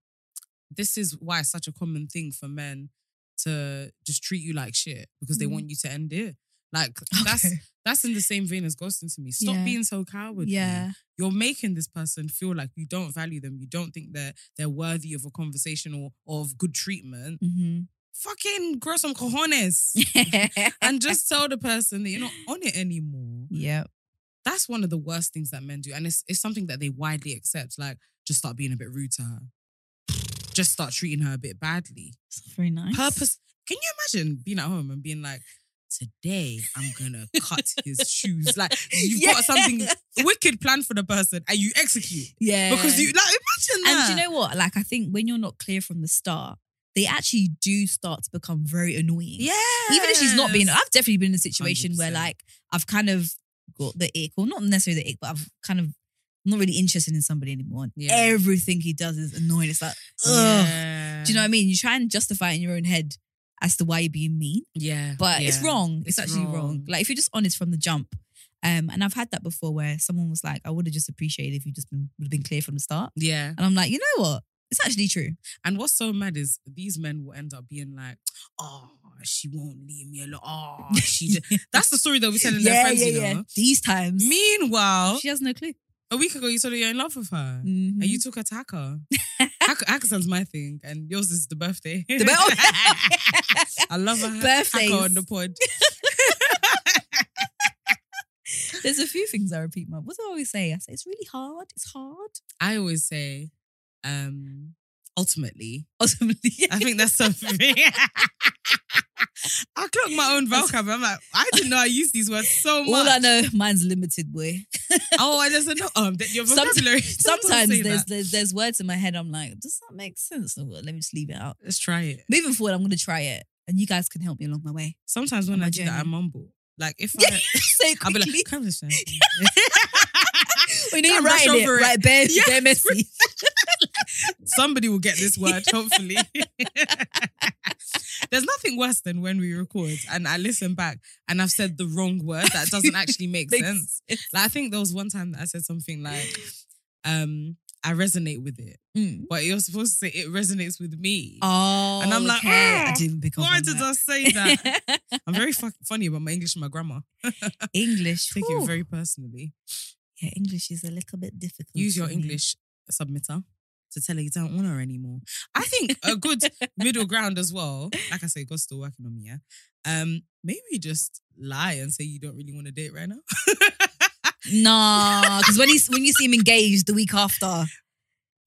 [SPEAKER 1] this is why it's such a common thing for men to just treat you like shit because they
[SPEAKER 2] Mhm.
[SPEAKER 1] want you to end it. Like that's
[SPEAKER 2] Okay.
[SPEAKER 1] that's in the same vein as ghosting to me. Stop
[SPEAKER 2] Yeah.
[SPEAKER 1] being so cowardly.
[SPEAKER 2] yeah.
[SPEAKER 1] You're making this person feel like you don't value them. You don't think that they're worthy of a conversation or, or of good treatment.
[SPEAKER 2] Mm-hmm.
[SPEAKER 1] Fucking grow some cojones and just tell the person that you're not on it anymore.
[SPEAKER 2] yeah.
[SPEAKER 1] That's one of the worst things that men do. And it's, it's something that they widely accept. Like, just start being a bit rude to her. Just start treating her a bit badly.
[SPEAKER 2] It's not very nice.
[SPEAKER 1] Purpose. Can you imagine being at home and being like, today I'm gonna cut his shoes? Like, you've got something wicked planned for the person and you execute.
[SPEAKER 2] Yeah.
[SPEAKER 1] Because you like imagine that.
[SPEAKER 2] And do you know what? Like I think when you're not clear from the start, they actually do start to become very annoying.
[SPEAKER 1] yeah,
[SPEAKER 2] Even if she's not being, I've definitely been in a situation where
[SPEAKER 1] 100%.
[SPEAKER 2] like I've kind of got the ick, or not necessarily the ick, but I've kind of I'm not really interested in somebody anymore. And
[SPEAKER 1] Yeah.
[SPEAKER 2] Everything he does is annoying. It's like, ugh. Do you know what I mean? You try and justify it in your own head as to why you're being mean.
[SPEAKER 1] Yeah,
[SPEAKER 2] but it's
[SPEAKER 1] yeah.
[SPEAKER 2] wrong. It's,
[SPEAKER 1] It's
[SPEAKER 2] actually wrong.
[SPEAKER 1] wrong.
[SPEAKER 2] Like if you're just honest from the jump, um, and I've had that before where someone was like, "I would have just appreciated if you just been would have been clear from the start,"
[SPEAKER 1] Yeah,
[SPEAKER 2] and I'm like, you know what? It's actually true.
[SPEAKER 1] and what's so mad is these men will end up being like, "Oh, she won't leave me alone." Oh, she. Just... That's the story they'll be telling their friends. you know.
[SPEAKER 2] These times,
[SPEAKER 1] Meanwhile,
[SPEAKER 2] she has no clue.
[SPEAKER 1] a week ago you told her you're in love with her,
[SPEAKER 2] Mhm.
[SPEAKER 1] and you took her to Hacker. Hacker Hacker's my thing, and yours is the birthday.
[SPEAKER 2] The bell-
[SPEAKER 1] I love her.
[SPEAKER 2] Birthdays.
[SPEAKER 1] Hacker on the pod.
[SPEAKER 2] There's a few things I repeat, mum. What do I always say? I say it's really hard. It's hard.
[SPEAKER 1] I always say, um, ultimately,
[SPEAKER 2] Ultimately,
[SPEAKER 1] I think that's something. I clocked my own vocab. I'm like, I didn't know I used these words so
[SPEAKER 2] all I
[SPEAKER 1] much.
[SPEAKER 2] know, mine's limited, boy.
[SPEAKER 1] oh, I doesn't know. Um, that your
[SPEAKER 2] Somet-
[SPEAKER 1] vocabulary.
[SPEAKER 2] Sometimes there's, there's there's words in my head. I'm like, does that make sense? Oh, well, Let me just leave it out.
[SPEAKER 1] Let's try it.
[SPEAKER 2] Moving forward, I'm gonna try it, and you guys can help me along my way.
[SPEAKER 1] Sometimes when
[SPEAKER 2] On my
[SPEAKER 1] I do that, I
[SPEAKER 2] journey.
[SPEAKER 1] mumble. Like if
[SPEAKER 2] Yeah,
[SPEAKER 1] I,
[SPEAKER 2] Say
[SPEAKER 1] I'll be
[SPEAKER 2] quickly.
[SPEAKER 1] like, come this way."
[SPEAKER 2] We need
[SPEAKER 1] Can't
[SPEAKER 2] to
[SPEAKER 1] rush
[SPEAKER 2] write it,
[SPEAKER 1] over it.
[SPEAKER 2] right? Bare,
[SPEAKER 1] Yeah.
[SPEAKER 2] bare messy.
[SPEAKER 1] Somebody will get this word, hopefully. There's nothing worse than when we record and I listen back and I've said the wrong word that doesn't actually make
[SPEAKER 2] Makes
[SPEAKER 1] sense. Like I think there was one time that I said something like, um, I resonate with it.
[SPEAKER 2] Mm.
[SPEAKER 1] But you're supposed to say it resonates with me.
[SPEAKER 2] Oh,
[SPEAKER 1] And I'm like,
[SPEAKER 2] okay. I
[SPEAKER 1] "Ah,
[SPEAKER 2] didn't pick up.
[SPEAKER 1] Why
[SPEAKER 2] on
[SPEAKER 1] did I
[SPEAKER 2] that.
[SPEAKER 1] say that? I'm very fu- funny about my English and my grammar.
[SPEAKER 2] English?
[SPEAKER 1] Take
[SPEAKER 2] whew.
[SPEAKER 1] it very personally.
[SPEAKER 2] yeah, English is a little bit difficult.
[SPEAKER 1] Use your
[SPEAKER 2] for me.
[SPEAKER 1] English submitter to tell her you don't want her anymore. I think a good middle ground as well. Like I say, God's still working on me. Yeah. Um, maybe just lie and say you don't really want to date right now.
[SPEAKER 2] Nah, because when he's when you see him engaged the week after, that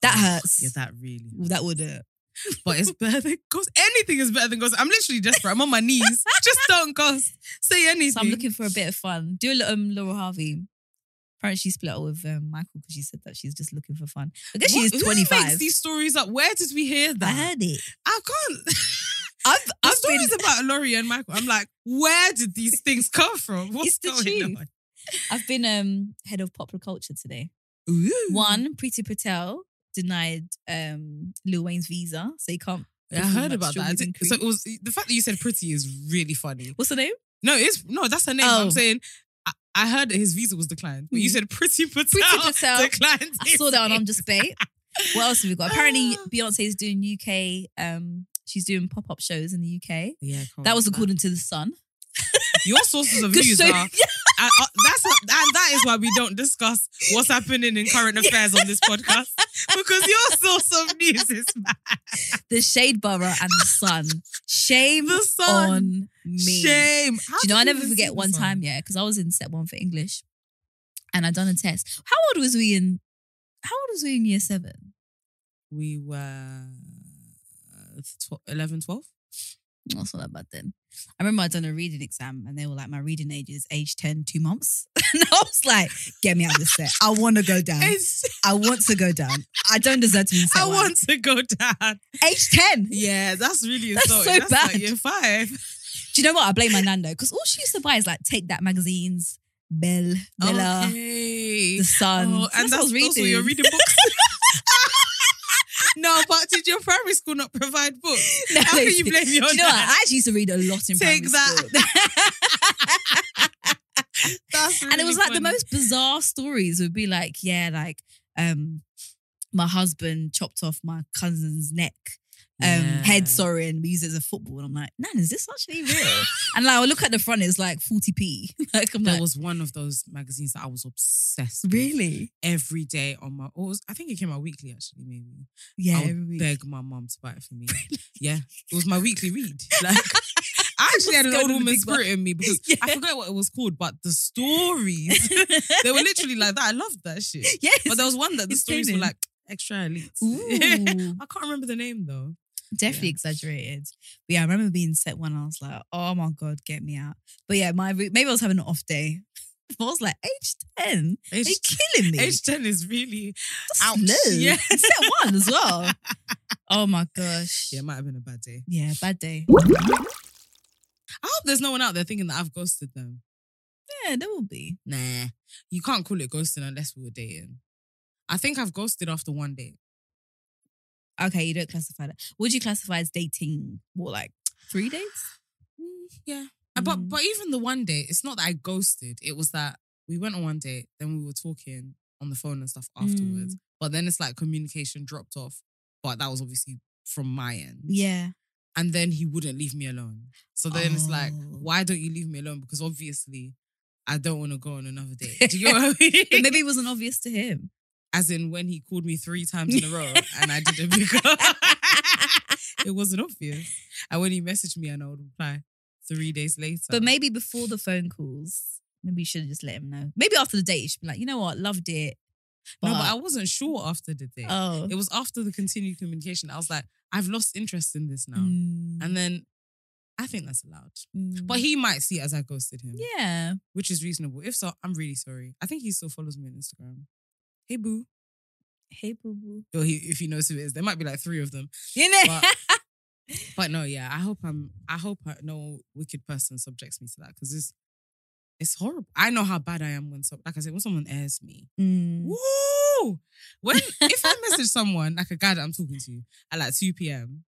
[SPEAKER 1] yeah,
[SPEAKER 2] hurts.
[SPEAKER 1] that really.
[SPEAKER 2] Well, that would hurt.
[SPEAKER 1] But it's better than ghost. Anything is better than ghost. I'm literally desperate. I'm on my knees. Just don't ghost. Say anything.
[SPEAKER 2] So I'm looking for a bit of fun. Do a little um, Laura Harvey. Apparently, she split up with um, Michael because she said that she's just looking for fun. I guess
[SPEAKER 1] What-
[SPEAKER 2] she is
[SPEAKER 1] who
[SPEAKER 2] 25.
[SPEAKER 1] makes these stories up? Where did we hear that?
[SPEAKER 2] I heard it.
[SPEAKER 1] I can't.
[SPEAKER 2] I've,
[SPEAKER 1] The
[SPEAKER 2] I've been
[SPEAKER 1] stories about Laurie and Michael. I'm like, where did these things come from? What's
[SPEAKER 2] It's the
[SPEAKER 1] going
[SPEAKER 2] truth.
[SPEAKER 1] on?
[SPEAKER 2] I've been um head of popular culture today.
[SPEAKER 1] Ooh.
[SPEAKER 2] One, Priti Patel denied um Lil Wayne's visa, so he can't.
[SPEAKER 1] I heard about that.
[SPEAKER 2] Like
[SPEAKER 1] I
[SPEAKER 2] strawberries and
[SPEAKER 1] didn't- So it
[SPEAKER 2] cream.
[SPEAKER 1] was the fact that you said pretty is really funny.
[SPEAKER 2] What's her name?
[SPEAKER 1] No, it's no, that's her name.
[SPEAKER 2] Oh.
[SPEAKER 1] I'm saying. I, I heard that his visa was declined, but you
[SPEAKER 2] Mm.
[SPEAKER 1] said Pretty Patel,
[SPEAKER 2] Priti Patel.
[SPEAKER 1] declined.
[SPEAKER 2] I saw that on I'm
[SPEAKER 1] his
[SPEAKER 2] Just Bait. What else have we got? Apparently,
[SPEAKER 1] Ah.
[SPEAKER 2] Beyonce is doing UK. Um, she's doing pop up shows in the UK.
[SPEAKER 1] visa. Yeah,
[SPEAKER 2] That was according to the Sun.
[SPEAKER 1] Your sources of
[SPEAKER 2] Good
[SPEAKER 1] news
[SPEAKER 2] show.
[SPEAKER 1] are And, uh, that's what, and that is why we don't discuss what's happening in current affairs on this podcast because your source of news is mad.
[SPEAKER 2] the Shade Borough and the Sun. Shame
[SPEAKER 1] The Sun.
[SPEAKER 2] on me.
[SPEAKER 1] shame. How
[SPEAKER 2] Do you
[SPEAKER 1] did
[SPEAKER 2] know, I
[SPEAKER 1] we
[SPEAKER 2] never
[SPEAKER 1] even see
[SPEAKER 2] forget one
[SPEAKER 1] this
[SPEAKER 2] time, yeah, because I was in set one for English and I done a test. How old was we in? How old was we in year seven?
[SPEAKER 1] We were
[SPEAKER 2] uh,
[SPEAKER 1] tw- 11, 12.
[SPEAKER 2] That's not that bad then. I remember I done a reading exam and they were like, my reading age is age 10, two months. and I was like, get me out of this set. I want to go down.
[SPEAKER 1] It's-
[SPEAKER 2] I want to go down. I don't deserve to be in set
[SPEAKER 1] I
[SPEAKER 2] one.
[SPEAKER 1] want to go down.
[SPEAKER 2] age 10.
[SPEAKER 1] Yeah, that's really
[SPEAKER 2] That's
[SPEAKER 1] insulting.
[SPEAKER 2] so
[SPEAKER 1] That's like
[SPEAKER 2] bad.
[SPEAKER 1] year five.
[SPEAKER 2] Do you know what? I blame my nan though, because all she used to buy is like Take That magazines, Bell, Bella,
[SPEAKER 1] Okay.
[SPEAKER 2] The Sun.
[SPEAKER 1] Oh, and
[SPEAKER 2] So what I
[SPEAKER 1] that's,
[SPEAKER 2] was
[SPEAKER 1] also you're reading books. no, but did your primary school not provide books?
[SPEAKER 2] No,
[SPEAKER 1] How can
[SPEAKER 2] it's-
[SPEAKER 1] you blame your
[SPEAKER 2] Do you know what?
[SPEAKER 1] dad?
[SPEAKER 2] I actually used to read a lot in
[SPEAKER 1] Take
[SPEAKER 2] primary school.
[SPEAKER 1] That's
[SPEAKER 2] and it
[SPEAKER 1] really
[SPEAKER 2] was like the
[SPEAKER 1] funny.
[SPEAKER 2] most bizarre stories would be like, yeah, like um my husband chopped off my cousin's neck. Um,
[SPEAKER 1] Yeah.
[SPEAKER 2] head sorry, and we use it as a football. And I'm like, Nan, is this actually real? and like, I look at the front, it's like 40p. like, I'm
[SPEAKER 1] There
[SPEAKER 2] like,
[SPEAKER 1] was one of those magazines that I was obsessed with
[SPEAKER 2] really?
[SPEAKER 1] every day on my. Or it was, I think it came out weekly, actually, maybe.
[SPEAKER 2] Yeah,
[SPEAKER 1] I would
[SPEAKER 2] every week.
[SPEAKER 1] beg my mum to buy it for me. Yeah, it was my weekly read. Like, I actually had an
[SPEAKER 2] What's
[SPEAKER 1] old
[SPEAKER 2] going
[SPEAKER 1] woman
[SPEAKER 2] on with Big Brother?
[SPEAKER 1] spirit in me because I
[SPEAKER 2] Yeah.
[SPEAKER 1] forgot what it was called, but the stories they were literally like that. I loved that shit.
[SPEAKER 2] yes.
[SPEAKER 1] But there was one that the
[SPEAKER 2] It's
[SPEAKER 1] stories were
[SPEAKER 2] canon.
[SPEAKER 1] like extra elite. I
[SPEAKER 2] Ooh.
[SPEAKER 1] can't remember the name though.
[SPEAKER 2] definitely exaggerated. But yeah, I remember being set one. I was like, oh my god, get me out. But yeah, my re- maybe I was having an off day. I was like, age ten,
[SPEAKER 1] H-
[SPEAKER 2] are you killing me?
[SPEAKER 1] H ten is really
[SPEAKER 2] That's
[SPEAKER 1] ouch.
[SPEAKER 2] low.
[SPEAKER 1] Yeah.
[SPEAKER 2] set one as well. Oh my gosh.
[SPEAKER 1] yeah, it might have been a bad day.
[SPEAKER 2] Yeah, bad day.
[SPEAKER 1] I hope there's no one out there thinking that I've ghosted them.
[SPEAKER 2] Yeah, there will be.
[SPEAKER 1] Nah, you can't call it ghosting unless we were dating. I think I've ghosted after one date.
[SPEAKER 2] Okay, you don't classify that. Would you classify as dating? What like three days?
[SPEAKER 1] Yeah. Uh, But
[SPEAKER 2] Mm.
[SPEAKER 1] but even the one date, it's not that I ghosted. It was that we went on one date, then we were talking on the phone and stuff
[SPEAKER 2] Mm.
[SPEAKER 1] afterwards. But then it's like communication dropped off. But that was obviously from my end.
[SPEAKER 2] Yeah.
[SPEAKER 1] And then he wouldn't leave me alone. So then it's like,
[SPEAKER 2] Oh.
[SPEAKER 1] why don't you leave me alone? Because obviously I don't want to go on another date. Do you know what I
[SPEAKER 2] But
[SPEAKER 1] mean?
[SPEAKER 2] maybe it wasn't obvious to him.
[SPEAKER 1] As in when he called me three times in a row and I didn't pick up. it wasn't obvious. And when he messaged me and I would reply three days later.
[SPEAKER 2] But maybe before the phone calls, maybe you should have just let him know. Maybe after the date, you should be like, you know what, loved it.
[SPEAKER 1] No, but I wasn't sure after the date.
[SPEAKER 2] oh,
[SPEAKER 1] It was after the continued communication. I was like, I've lost interest in this now.
[SPEAKER 2] Mm,
[SPEAKER 1] And then I think that's allowed.
[SPEAKER 2] mm.
[SPEAKER 1] But he might see it as I ghosted him,
[SPEAKER 2] yeah,
[SPEAKER 1] which is reasonable. If so, I'm really sorry. I think he still follows me on Instagram. Hey, boo.
[SPEAKER 2] hey boo boo,
[SPEAKER 1] Or he, if he knows who it is, there might be like three of them.
[SPEAKER 2] you know.
[SPEAKER 1] But, but no, yeah, I hope I'm, I hope I, no wicked person subjects me to that because it's, it's horrible. I know how bad I am when, so, like I said, when someone airs me.
[SPEAKER 2] Mm.
[SPEAKER 1] Woo! When if I message someone like a guy that I'm talking to at like 2 p.m.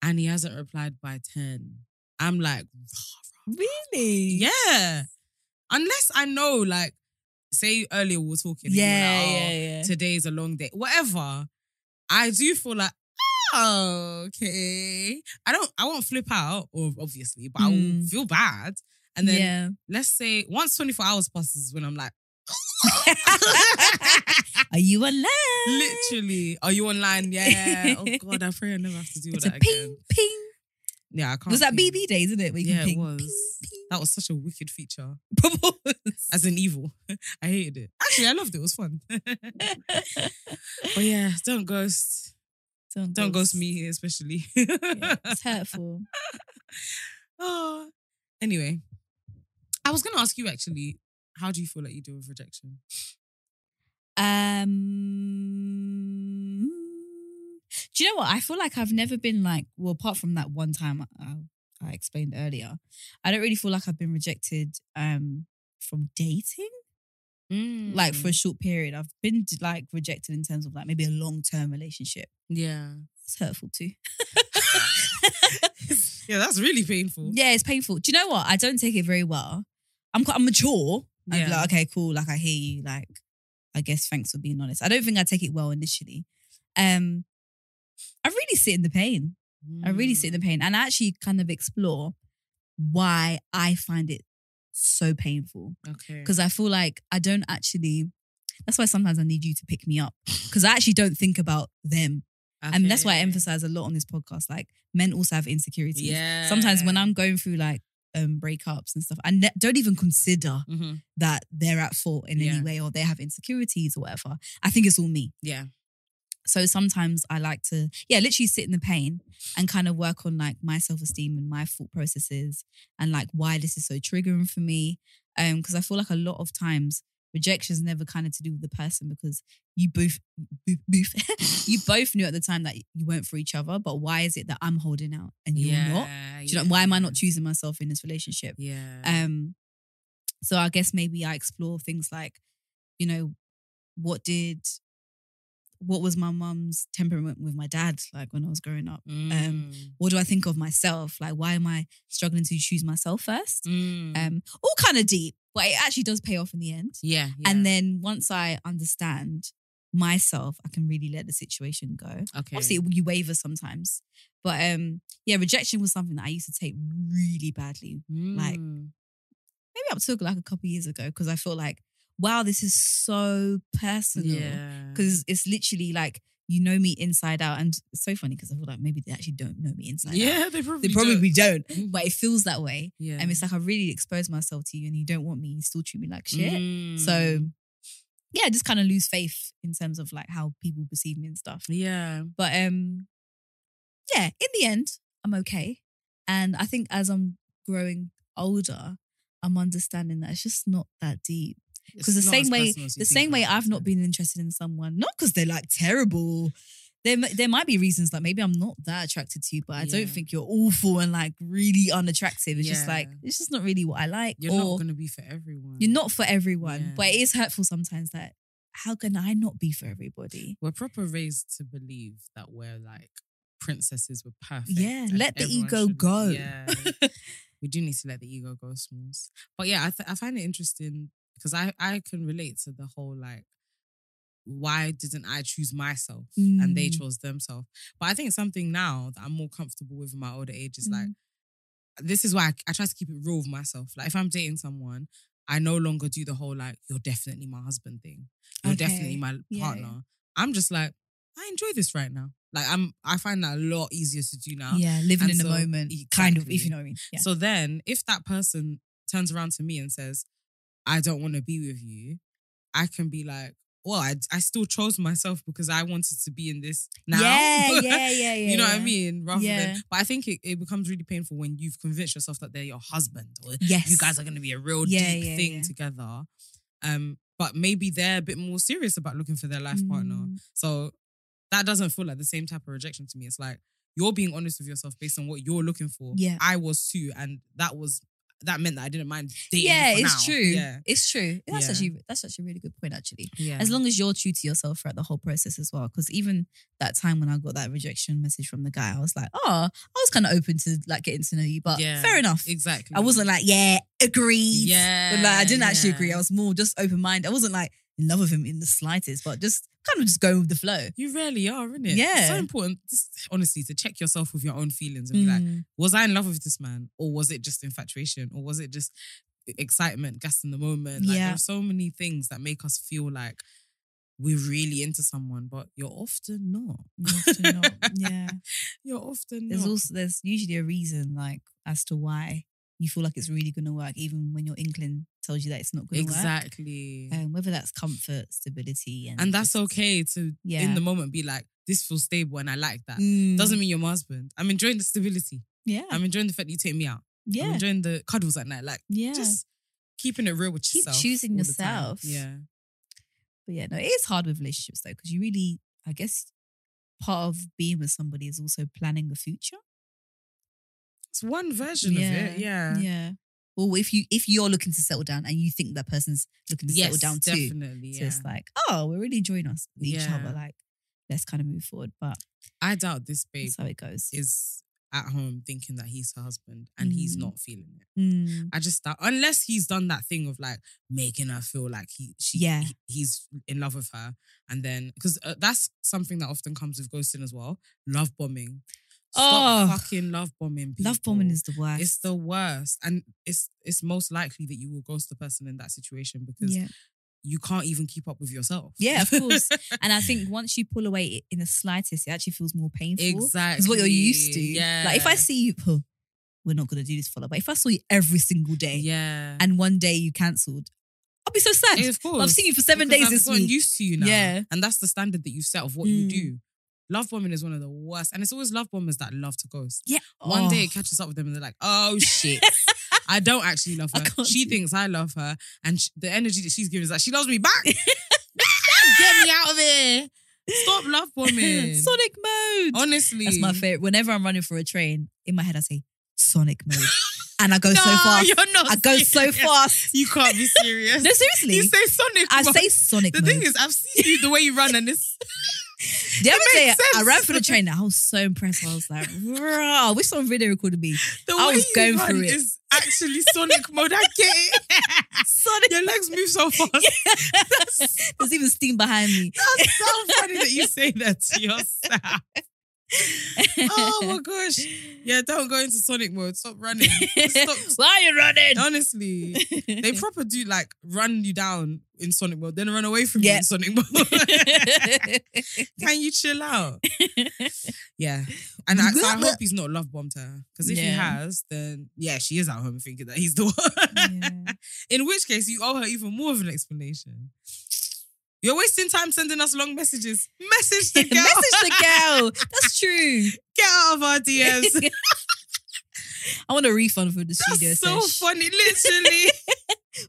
[SPEAKER 1] and he hasn't replied by 10, I'm like,
[SPEAKER 2] Really?
[SPEAKER 1] yeah. Unless I know, like, say earlier we were talking, and you were
[SPEAKER 2] Yeah,
[SPEAKER 1] like,
[SPEAKER 2] yeah,
[SPEAKER 1] "Oh,
[SPEAKER 2] yeah.
[SPEAKER 1] Today's a long day, whatever. I do feel like, oh, okay. I don't. I won't flip out, or obviously, but I will
[SPEAKER 2] Mm.
[SPEAKER 1] feel bad. And then
[SPEAKER 2] yeah.
[SPEAKER 1] let's say once 24 hours passes, is when I'm like.
[SPEAKER 2] Are you alive?
[SPEAKER 1] Literally. Are you online? Yeah. Oh God, I pray I never have to do all
[SPEAKER 2] It's a
[SPEAKER 1] that
[SPEAKER 2] ping,
[SPEAKER 1] again.
[SPEAKER 2] ping.
[SPEAKER 1] Yeah, I can't.
[SPEAKER 2] Was that
[SPEAKER 1] ping.
[SPEAKER 2] BB days, isn't it? Where you
[SPEAKER 1] Yeah,
[SPEAKER 2] can
[SPEAKER 1] it
[SPEAKER 2] ping,
[SPEAKER 1] was. That was such a wicked feature.
[SPEAKER 2] Ping, ping.
[SPEAKER 1] As an evil. I hated it. Actually, I loved it. It was fun. but yeah, don't ghost. Don't ghost me, especially.
[SPEAKER 2] Yeah, it's hurtful.
[SPEAKER 1] oh. Anyway. I was gonna ask you actually, how do you feel like you deal with rejection?
[SPEAKER 2] Um, do you know what? I feel like I've never been like, well, apart from that one time I, I explained earlier, I don't really feel like I've been rejected um, from dating. Like
[SPEAKER 1] Mm.
[SPEAKER 2] for a short period, I've been like rejected in terms of like maybe a long term relationship.
[SPEAKER 1] Yeah.
[SPEAKER 2] It's hurtful too.
[SPEAKER 1] Yeah, that's really painful.
[SPEAKER 2] yeah, it's painful. Do you know what? I don't take it very well. I'm quite I'm mature. I'm
[SPEAKER 1] Yeah.
[SPEAKER 2] like, okay, cool. Like I hear you. Like, I guess thanks for being honest. I don't think I take it well initially. Um, I really sit in the pain. I really sit in
[SPEAKER 1] Mm.
[SPEAKER 2] the pain, and I actually kind of explore why I find it so painful
[SPEAKER 1] Mm, Okay.
[SPEAKER 2] because I feel like I don't actually. That's why sometimes I need you to pick me up because I actually don't think about them, and that's why I
[SPEAKER 1] Okay.
[SPEAKER 2] emphasize a lot on this podcast. Like men also have insecurities.
[SPEAKER 1] Yeah.
[SPEAKER 2] Sometimes when I'm going through like um, breakups and stuff, and ne- don't even consider
[SPEAKER 1] Mm-hmm.
[SPEAKER 2] that they're at fault in
[SPEAKER 1] Yeah.
[SPEAKER 2] any way or they have insecurities or whatever. I think it's all me.
[SPEAKER 1] Yeah.
[SPEAKER 2] So sometimes I like to, yeah, literally sit in the pain and kind of work on like my self esteem and my thought processes and like why this is so triggering for me. Um, because I feel like a lot of times rejection is never kind of to do with the person because you both, boof, boof, you both knew at the time that you weren't for each other. But why is it that I'm holding out and you're
[SPEAKER 1] yeah.
[SPEAKER 2] not? Do you know why am I not choosing myself in this relationship?
[SPEAKER 1] Yeah.
[SPEAKER 2] Um, so I guess maybe I explore things like, you know, what did, what was my mum's temperament with my dad like when I was growing up?
[SPEAKER 1] Mm.
[SPEAKER 2] um, What do I think of myself? Like, why am I struggling to choose myself first?
[SPEAKER 1] Mm. Mm.
[SPEAKER 2] Um, all kind of deep, but it actually does pay off in the end.
[SPEAKER 1] yeah,
[SPEAKER 2] And then once I understand myself, I can really let the situation go.
[SPEAKER 1] okay.
[SPEAKER 2] Obviously, you waver sometimes, but um, yeah, rejection was something that I used to take really badly like,
[SPEAKER 1] Mm.
[SPEAKER 2] maybe up to like a couple years ago because I feel like, wow, this is so personal.
[SPEAKER 1] yeah,
[SPEAKER 2] Because it's literally like, you know me inside out. And it's so funny because I feel like maybe they actually don't know me inside out.
[SPEAKER 1] yeah, they probably
[SPEAKER 2] They probably
[SPEAKER 1] do.
[SPEAKER 2] don't.
[SPEAKER 1] Mhm.
[SPEAKER 2] but it feels that way.
[SPEAKER 1] yeah,
[SPEAKER 2] And it's like, I really exposed myself to you and you don't want me. You still treat me like shit.
[SPEAKER 1] Mm.
[SPEAKER 2] So, yeah, I just kind of lose faith in terms of like how people perceive me and stuff.
[SPEAKER 1] yeah,
[SPEAKER 2] But um, yeah, in the end, I'm okay. And I think as I'm growing older, I'm understanding that it's just not that deep. Because the
[SPEAKER 1] It's not
[SPEAKER 2] same
[SPEAKER 1] as
[SPEAKER 2] way,
[SPEAKER 1] personal as you
[SPEAKER 2] the
[SPEAKER 1] think
[SPEAKER 2] same
[SPEAKER 1] it
[SPEAKER 2] way
[SPEAKER 1] is,
[SPEAKER 2] I've
[SPEAKER 1] yeah.
[SPEAKER 2] not been interested in someone, not because they're like terrible. There, mi- there might be reasons like maybe I'm not that attracted to you, but I
[SPEAKER 1] Yeah.
[SPEAKER 2] don't think you're awful and like really unattractive. It's just like
[SPEAKER 1] Yeah.
[SPEAKER 2] it's just not really what I like,
[SPEAKER 1] You're
[SPEAKER 2] or
[SPEAKER 1] not gonna be for everyone.
[SPEAKER 2] you're not for everyone.
[SPEAKER 1] Yeah.
[SPEAKER 2] But it is hurtful sometimes that how can I not be for everybody?
[SPEAKER 1] We're proper raised to believe that we're like princesses. We're perfect.
[SPEAKER 2] Yeah,
[SPEAKER 1] and
[SPEAKER 2] let the
[SPEAKER 1] everyone
[SPEAKER 2] ego
[SPEAKER 1] should-
[SPEAKER 2] go.
[SPEAKER 1] Yeah. we do need to let the ego go, Smalls. But yeah, I, th- I find it interesting because I, I can relate to the whole like, why didn't I choose myself and they
[SPEAKER 2] Mm.
[SPEAKER 1] chose themselves? But I think it's something now that I'm more comfortable with in my older age is like,
[SPEAKER 2] Mm-hmm.
[SPEAKER 1] this is why I, I try to keep it real with myself. Like, if I'm dating someone, I no longer do the whole like, you're definitely my husband thing. You're definitely
[SPEAKER 2] Okay.
[SPEAKER 1] my
[SPEAKER 2] Yeah.
[SPEAKER 1] partner. I'm just like, I enjoy this right now. Like, I'm, I find that a lot easier to do now.
[SPEAKER 2] Yeah, living
[SPEAKER 1] Uh, And
[SPEAKER 2] in the
[SPEAKER 1] so-
[SPEAKER 2] moment, kind of, if
[SPEAKER 1] exactly.
[SPEAKER 2] you know what I mean. Yeah.
[SPEAKER 1] So then, if that person turns around to me and says, I don't want to be with you, I can be like, well, I, I still chose myself because I wanted to be in this now.
[SPEAKER 2] Yeah, yeah, yeah, yeah.
[SPEAKER 1] you know what I
[SPEAKER 2] yeah.
[SPEAKER 1] mean? Rather
[SPEAKER 2] Yeah.
[SPEAKER 1] than, but I think it, it becomes really painful when you've convinced yourself that they're your husband or
[SPEAKER 2] Yes.
[SPEAKER 1] you guys are going to be a real
[SPEAKER 2] Yeah,
[SPEAKER 1] deep
[SPEAKER 2] yeah,
[SPEAKER 1] thing
[SPEAKER 2] yeah.
[SPEAKER 1] together. Um, but maybe they're a bit more serious about looking for their life partner.
[SPEAKER 2] Mm.
[SPEAKER 1] So that doesn't feel like the same type of rejection to me. It's like you're being honest with yourself based on what you're looking for.
[SPEAKER 2] Yeah.
[SPEAKER 1] I was too, and that was that meant that I didn't mind dating. you
[SPEAKER 2] Yeah,
[SPEAKER 1] for
[SPEAKER 2] it's
[SPEAKER 1] now.
[SPEAKER 2] true.
[SPEAKER 1] Yeah,
[SPEAKER 2] It's true. That's
[SPEAKER 1] Yeah.
[SPEAKER 2] actually that's actually a really good point, actually.
[SPEAKER 1] yeah.
[SPEAKER 2] As long as you're true to yourself throughout the whole process as well. Because even that time when I got that rejection message from the guy, I was like, oh, I was kind of open to like getting to know you, but
[SPEAKER 1] Yeah.
[SPEAKER 2] fair enough.
[SPEAKER 1] exactly.
[SPEAKER 2] I wasn't like, yeah, agreed.
[SPEAKER 1] Yeah,
[SPEAKER 2] But like, I didn't actually
[SPEAKER 1] yeah.
[SPEAKER 2] agree. I was more just open minded. I wasn't like in love with him in the slightest, but just kind of just going with the flow.
[SPEAKER 1] You really are, isn't it?
[SPEAKER 2] Yeah.
[SPEAKER 1] It's so important, just, honestly, to check yourself with your own feelings and be like,
[SPEAKER 2] Mm.
[SPEAKER 1] was I in love with this man, or was it just infatuation, or was it just e-, excitement, gas in the moment? Like, there
[SPEAKER 2] Yeah.
[SPEAKER 1] are so many things that make us feel like we're really into someone, but you're often not.
[SPEAKER 2] You're often not. yeah.
[SPEAKER 1] You're often
[SPEAKER 2] There's
[SPEAKER 1] not.
[SPEAKER 2] also there's usually a reason like as to why you feel like it's really gonna work, even when your inkling tells you that it's not gonna work.
[SPEAKER 1] exactly.
[SPEAKER 2] Um, whether that's comfort, stability, and
[SPEAKER 1] and that's
[SPEAKER 2] just-
[SPEAKER 1] okay to in
[SPEAKER 2] Yeah.
[SPEAKER 1] the moment be like, this feels stable and I like that.
[SPEAKER 2] Mm.
[SPEAKER 1] Doesn't mean you're my husband. I'm enjoying the stability.
[SPEAKER 2] yeah,
[SPEAKER 1] I'm enjoying the fact that you take me out. I'm
[SPEAKER 2] yeah,
[SPEAKER 1] enjoying the cuddles at night. Like
[SPEAKER 2] yeah.
[SPEAKER 1] just keeping it real with
[SPEAKER 2] Keep
[SPEAKER 1] yourself.
[SPEAKER 2] choosing
[SPEAKER 1] all the time.
[SPEAKER 2] yourself.
[SPEAKER 1] Yeah.
[SPEAKER 2] but yeah, no, it is hard with relationships though because you really, I guess, part of being with somebody is also planning the future.
[SPEAKER 1] It's one version of it. Yeah.
[SPEAKER 2] yeah. Or if you if you're looking to settle down and you think that person's looking to settle down too,
[SPEAKER 1] definitely.
[SPEAKER 2] so
[SPEAKER 1] yeah.
[SPEAKER 2] it's like, oh, we're really enjoying us each
[SPEAKER 1] Yeah.
[SPEAKER 2] other. Like, let's kind of move forward. But
[SPEAKER 1] I doubt this babe
[SPEAKER 2] that's how it goes.
[SPEAKER 1] is at home thinking that he's her husband and he's
[SPEAKER 2] Mm.
[SPEAKER 1] not feeling it.
[SPEAKER 2] Mm.
[SPEAKER 1] I just doubt unless he's done that thing of like making her feel like he she
[SPEAKER 2] Yeah.
[SPEAKER 1] he- he's in love with her and then because uh, that's something that often comes with ghosting as well. Love bombing. Stop
[SPEAKER 2] Oh.
[SPEAKER 1] fucking love bombing.
[SPEAKER 2] Love bombing
[SPEAKER 1] people.
[SPEAKER 2] is the worst.
[SPEAKER 1] It's the worst, and it's it's most likely that you will ghost the person in that situation because
[SPEAKER 2] yeah.
[SPEAKER 1] you can't even keep up with yourself.
[SPEAKER 2] Yeah, of course. And I think once you pull away i- in the slightest, it actually feels more painful.
[SPEAKER 1] exactly.
[SPEAKER 2] It's what you're used to.
[SPEAKER 1] Yeah,
[SPEAKER 2] Like if I see you, we're not gonna do this follow. But if I saw you every single day
[SPEAKER 1] Yeah.
[SPEAKER 2] and one day you cancelled, I'll be so sad.
[SPEAKER 1] Yeah, of course.
[SPEAKER 2] I've seen you for seven
[SPEAKER 1] Because
[SPEAKER 2] days
[SPEAKER 1] I've
[SPEAKER 2] this
[SPEAKER 1] gotten
[SPEAKER 2] week.
[SPEAKER 1] used to you now.
[SPEAKER 2] Yeah.
[SPEAKER 1] And that's the standard that you've set of what
[SPEAKER 2] Mm.
[SPEAKER 1] you do. Love bombing is one of the worst. And it's always love bombers that love to ghost.
[SPEAKER 2] yeah.
[SPEAKER 1] One
[SPEAKER 2] Oh.
[SPEAKER 1] day it catches up with them and they're like, oh shit. I don't actually love
[SPEAKER 2] I
[SPEAKER 1] her.
[SPEAKER 2] can't
[SPEAKER 1] She
[SPEAKER 2] do-
[SPEAKER 1] thinks I love her. And sh- the energy that she's giving is like, she loves me back. Get me out of here. Stop love bombing.
[SPEAKER 2] Sonic mode.
[SPEAKER 1] Honestly.
[SPEAKER 2] That's my favorite. Whenever I'm running for a train, in my head I say Sonic mode, and I go so
[SPEAKER 1] No,
[SPEAKER 2] fast.
[SPEAKER 1] You're not
[SPEAKER 2] I go so
[SPEAKER 1] serious.
[SPEAKER 2] fast.
[SPEAKER 1] You can't be serious.
[SPEAKER 2] No, seriously.
[SPEAKER 1] You say Sonic.
[SPEAKER 2] I
[SPEAKER 1] mode.
[SPEAKER 2] say Sonic
[SPEAKER 1] the
[SPEAKER 2] mode.
[SPEAKER 1] thing is, I've seen you the way you run, and it's
[SPEAKER 2] the other
[SPEAKER 1] makes
[SPEAKER 2] day I
[SPEAKER 1] sense.
[SPEAKER 2] ran for the train. and I was so impressed. I was like, "Rah!" I wish someone video recorded me.
[SPEAKER 1] the
[SPEAKER 2] I
[SPEAKER 1] way
[SPEAKER 2] was
[SPEAKER 1] you
[SPEAKER 2] going
[SPEAKER 1] run
[SPEAKER 2] through it.
[SPEAKER 1] is actually Sonic mode. I get it.
[SPEAKER 2] Sonic.
[SPEAKER 1] Your legs move so fast.
[SPEAKER 2] There's even steam behind me.
[SPEAKER 1] That's so funny that you say that to yourself. Oh my gosh. Yeah, don't go into Sonic mode. Stop running. Stop.
[SPEAKER 2] Why are you running?
[SPEAKER 1] Honestly, they proper do like run you down in Sonic mode, then run away from you
[SPEAKER 2] Yeah.
[SPEAKER 1] in Sonic mode. Can you chill out? yeah. And I, so I hope he's not love bombed her. Because if he
[SPEAKER 2] Yeah.
[SPEAKER 1] has, then yeah, she is at home thinking that he's the one. In which case, you owe her even more of an explanation. You're wasting time sending us long messages. Message the
[SPEAKER 2] Message
[SPEAKER 1] girl.
[SPEAKER 2] the girl. That's true.
[SPEAKER 1] Get out of our DMs.
[SPEAKER 2] I want a refund for the studio
[SPEAKER 1] That's so
[SPEAKER 2] sesh.
[SPEAKER 1] funny. Literally,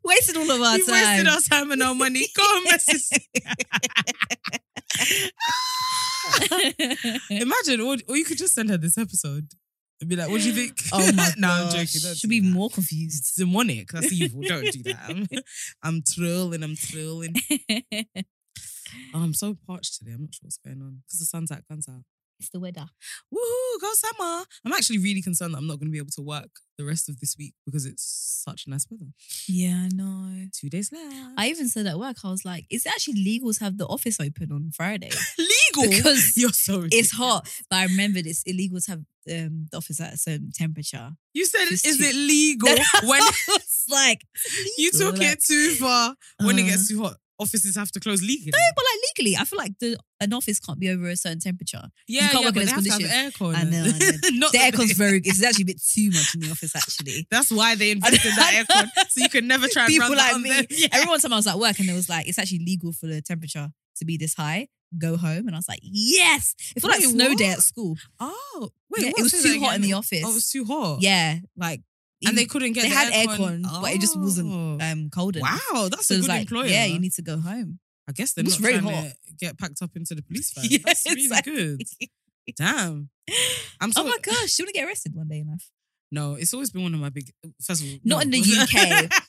[SPEAKER 2] Wasted all of our
[SPEAKER 1] you
[SPEAKER 2] time.
[SPEAKER 1] wasted our time and our money. Go and message. Imagine, or, or you could just send her this episode and be like, "What do you think?"
[SPEAKER 2] oh my god.
[SPEAKER 1] no, I'm joking. Don't
[SPEAKER 2] Should
[SPEAKER 1] do
[SPEAKER 2] be
[SPEAKER 1] that.
[SPEAKER 2] more confused.
[SPEAKER 1] It's demonic. That's evil. Don't do that. I'm, I'm thrilling. I'm thrilling.
[SPEAKER 2] it's
[SPEAKER 1] Oh, I'm so parched today. I'm not sure what's going on because the sun's out, guns out.
[SPEAKER 2] the weather.
[SPEAKER 1] Woohoo, go summer. I'm actually really concerned that I'm not going to be able to work the rest of this week because it's such nice weather.
[SPEAKER 2] Yeah, I know.
[SPEAKER 1] Two days left.
[SPEAKER 2] I even said at work, I was like, is it actually legal to have the office open on Friday?
[SPEAKER 1] legal.
[SPEAKER 2] Because
[SPEAKER 1] You're so
[SPEAKER 2] it's hot. But I remembered it's illegal to have um, the office at a certain temperature.
[SPEAKER 1] You said,
[SPEAKER 2] Just
[SPEAKER 1] is
[SPEAKER 2] too-
[SPEAKER 1] it legal when
[SPEAKER 2] I was like,
[SPEAKER 1] you took
[SPEAKER 2] Like,
[SPEAKER 1] it too far? When it
[SPEAKER 2] uh,
[SPEAKER 1] gets too hot, offices have to close legally.
[SPEAKER 2] No, but like legally, I feel like the an office can't be over a certain temperature.
[SPEAKER 1] yeah,
[SPEAKER 2] you can't
[SPEAKER 1] yeah,
[SPEAKER 2] work
[SPEAKER 1] but
[SPEAKER 2] in
[SPEAKER 1] they have
[SPEAKER 2] those
[SPEAKER 1] to have aircon.
[SPEAKER 2] I know, I know.
[SPEAKER 1] Not
[SPEAKER 2] The
[SPEAKER 1] that they-
[SPEAKER 2] aircon's very. It's actually a bit too much in the office. Actually,
[SPEAKER 1] That's why they invested in that aircon, so you can never try and
[SPEAKER 2] people
[SPEAKER 1] run that
[SPEAKER 2] like
[SPEAKER 1] on
[SPEAKER 2] me.
[SPEAKER 1] them. Yeah.
[SPEAKER 2] Every one time I was at work and it was like, it's actually legal for the temperature to be this high. Go home, and I was like, yes. It felt like
[SPEAKER 1] Wait,
[SPEAKER 2] snow day
[SPEAKER 1] what?
[SPEAKER 2] at school.
[SPEAKER 1] Oh, wait,
[SPEAKER 2] Yeah,
[SPEAKER 1] what?
[SPEAKER 2] it was
[SPEAKER 1] Say
[SPEAKER 2] too
[SPEAKER 1] that
[SPEAKER 2] hot in
[SPEAKER 1] again.
[SPEAKER 2] the office.
[SPEAKER 1] Oh, it was too hot.
[SPEAKER 2] Yeah, like
[SPEAKER 1] and they
[SPEAKER 2] even-
[SPEAKER 1] couldn't get.
[SPEAKER 2] they
[SPEAKER 1] the
[SPEAKER 2] had aircon, but it just wasn't
[SPEAKER 1] Oh.
[SPEAKER 2] um cold enough.
[SPEAKER 1] Wow, that's
[SPEAKER 2] So
[SPEAKER 1] a good
[SPEAKER 2] it was like,
[SPEAKER 1] employer.
[SPEAKER 2] yeah, you need to go home.
[SPEAKER 1] I guess they're
[SPEAKER 2] It was
[SPEAKER 1] not
[SPEAKER 2] very
[SPEAKER 1] trying
[SPEAKER 2] hot.
[SPEAKER 1] to get packed up into the police van.
[SPEAKER 2] Yeah,
[SPEAKER 1] That's really
[SPEAKER 2] exactly.
[SPEAKER 1] good. Damn. I'm so,
[SPEAKER 2] Oh my gosh, you want to get arrested one day in life?
[SPEAKER 1] No, it's always been one of my big. First of all,
[SPEAKER 2] Not
[SPEAKER 1] no.
[SPEAKER 2] in the UK.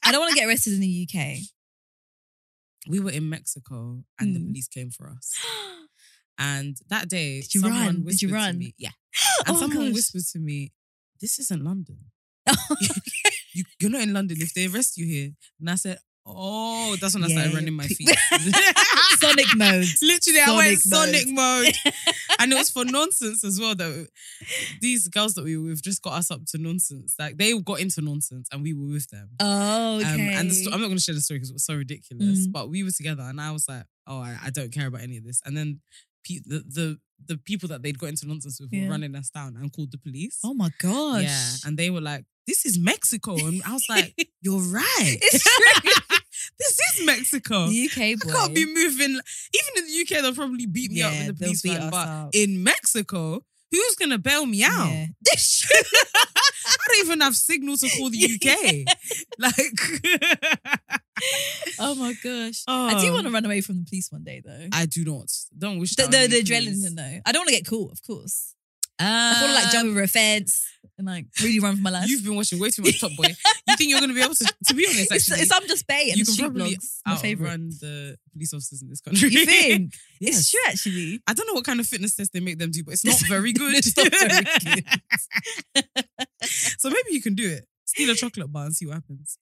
[SPEAKER 2] I don't want to get arrested in the UK.
[SPEAKER 1] we were in Mexico and the
[SPEAKER 2] Mm.
[SPEAKER 1] police came for us. And that day,
[SPEAKER 2] Did you
[SPEAKER 1] someone
[SPEAKER 2] run? Did
[SPEAKER 1] whispered
[SPEAKER 2] you
[SPEAKER 1] to
[SPEAKER 2] run?
[SPEAKER 1] me, yeah, and
[SPEAKER 2] oh my
[SPEAKER 1] someone
[SPEAKER 2] gosh. Oh,
[SPEAKER 1] whispered to me, "This isn't London. You, you're not in London. If they arrest you here," and I said, "Oh, that's when I started
[SPEAKER 2] Yeah.
[SPEAKER 1] running my feet."
[SPEAKER 2] Sonic mode.
[SPEAKER 1] Literally, I went
[SPEAKER 2] Sonic
[SPEAKER 1] Sonic mode. and it was for nonsense as well. That these girls that we were with just got us up to nonsense. Like they got into nonsense, and we were with them.
[SPEAKER 2] Oh, okay.
[SPEAKER 1] Um, and the sto- I'm not going to share the story because it was so ridiculous.
[SPEAKER 2] Mm.
[SPEAKER 1] But we were together, and I was like, "Oh, I, I don't care about any of this." And then pe- the the the people that they'd got into nonsense with
[SPEAKER 2] Yeah.
[SPEAKER 1] were running us down and called the police.
[SPEAKER 2] oh my gosh.
[SPEAKER 1] yeah, and they were like, "This is Mexico," and I was like, "You're right.
[SPEAKER 2] It's true.
[SPEAKER 1] this is Mexico."
[SPEAKER 2] the UK
[SPEAKER 1] I
[SPEAKER 2] boy.
[SPEAKER 1] can't be moving. Even in the UK, they'll probably beat me up
[SPEAKER 2] Yeah,
[SPEAKER 1] in the
[SPEAKER 2] they'll
[SPEAKER 1] police
[SPEAKER 2] beat
[SPEAKER 1] van.
[SPEAKER 2] us
[SPEAKER 1] But
[SPEAKER 2] up.
[SPEAKER 1] in Mexico, who's gonna bail me out?
[SPEAKER 2] Yeah.
[SPEAKER 1] I don't even have signal to call the UK. like,
[SPEAKER 2] Oh my gosh.
[SPEAKER 1] oh.
[SPEAKER 2] I do want to run away from the police one day though.
[SPEAKER 1] I do not. Don't wish
[SPEAKER 2] the
[SPEAKER 1] that.
[SPEAKER 2] the,
[SPEAKER 1] on
[SPEAKER 2] the
[SPEAKER 1] me,
[SPEAKER 2] adrenaline
[SPEAKER 1] please.
[SPEAKER 2] and though. I don't want to get caught, of course. I want to like
[SPEAKER 1] Um,
[SPEAKER 2] jump over a fence and like really run for my life.
[SPEAKER 1] You've been watching way too much Top Boy. you think you're going to be able to? To be honest,
[SPEAKER 2] it's,
[SPEAKER 1] actually,
[SPEAKER 2] it's Sam just Bay and
[SPEAKER 1] you
[SPEAKER 2] the
[SPEAKER 1] can
[SPEAKER 2] street
[SPEAKER 1] probably
[SPEAKER 2] blogs. My favorite.
[SPEAKER 1] outrun the police officers in this country.
[SPEAKER 2] You think?
[SPEAKER 1] Yes.
[SPEAKER 2] It's true actually.
[SPEAKER 1] I don't know what kind of fitness test they make them do, but it's not very good.
[SPEAKER 2] It's not very good.
[SPEAKER 1] so maybe you can do it. Steal a chocolate bar and see what happens.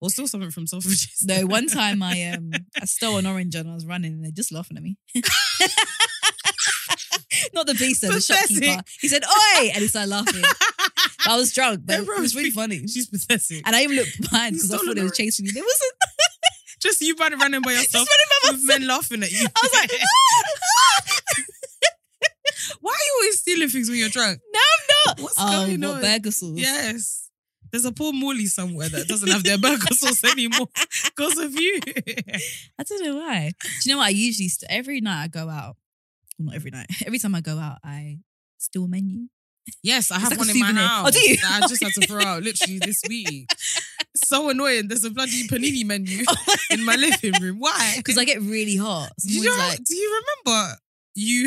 [SPEAKER 1] Or steal something from Selfridges.
[SPEAKER 2] No, one time I um I stole an orange and I was running and they're just laughing at me. Not the police, though, the
[SPEAKER 1] Pathetic.
[SPEAKER 2] shopkeeper. He said, "Oi!" and he started laughing. But I was drunk, but
[SPEAKER 1] They're
[SPEAKER 2] it was really funny.
[SPEAKER 1] She's pathetic.
[SPEAKER 2] And I even looked behind
[SPEAKER 1] You
[SPEAKER 2] because I
[SPEAKER 1] stole
[SPEAKER 2] thought
[SPEAKER 1] an
[SPEAKER 2] they were
[SPEAKER 1] orange.
[SPEAKER 2] chasing me. There wasn't.
[SPEAKER 1] Just you running, running by
[SPEAKER 2] Just
[SPEAKER 1] yourself.
[SPEAKER 2] running by
[SPEAKER 1] with men laughing at you.
[SPEAKER 2] I was like,
[SPEAKER 1] Why are you always stealing things when you're drunk?
[SPEAKER 2] "No, I'm what?
[SPEAKER 1] What's
[SPEAKER 2] oh,
[SPEAKER 1] going
[SPEAKER 2] what
[SPEAKER 1] on?
[SPEAKER 2] burger sauce?
[SPEAKER 1] Yes. There's a poor Morley somewhere that doesn't have their burger sauce anymore because of you.
[SPEAKER 2] I don't know why. Do you know what? I usually st- every night I go out. Well, not every night. Every time I go out, I steal a menu.
[SPEAKER 1] yes, I have
[SPEAKER 2] like a
[SPEAKER 1] one in my
[SPEAKER 2] souvenir.
[SPEAKER 1] house.
[SPEAKER 2] Oh, do you?
[SPEAKER 1] that I just had to throw out literally this week. So annoying. There's a bloody panini menu
[SPEAKER 2] Oh,
[SPEAKER 1] in my living room. Why?
[SPEAKER 2] Because I get really hot. So
[SPEAKER 1] Do you
[SPEAKER 2] I'm always
[SPEAKER 1] know, do you remember you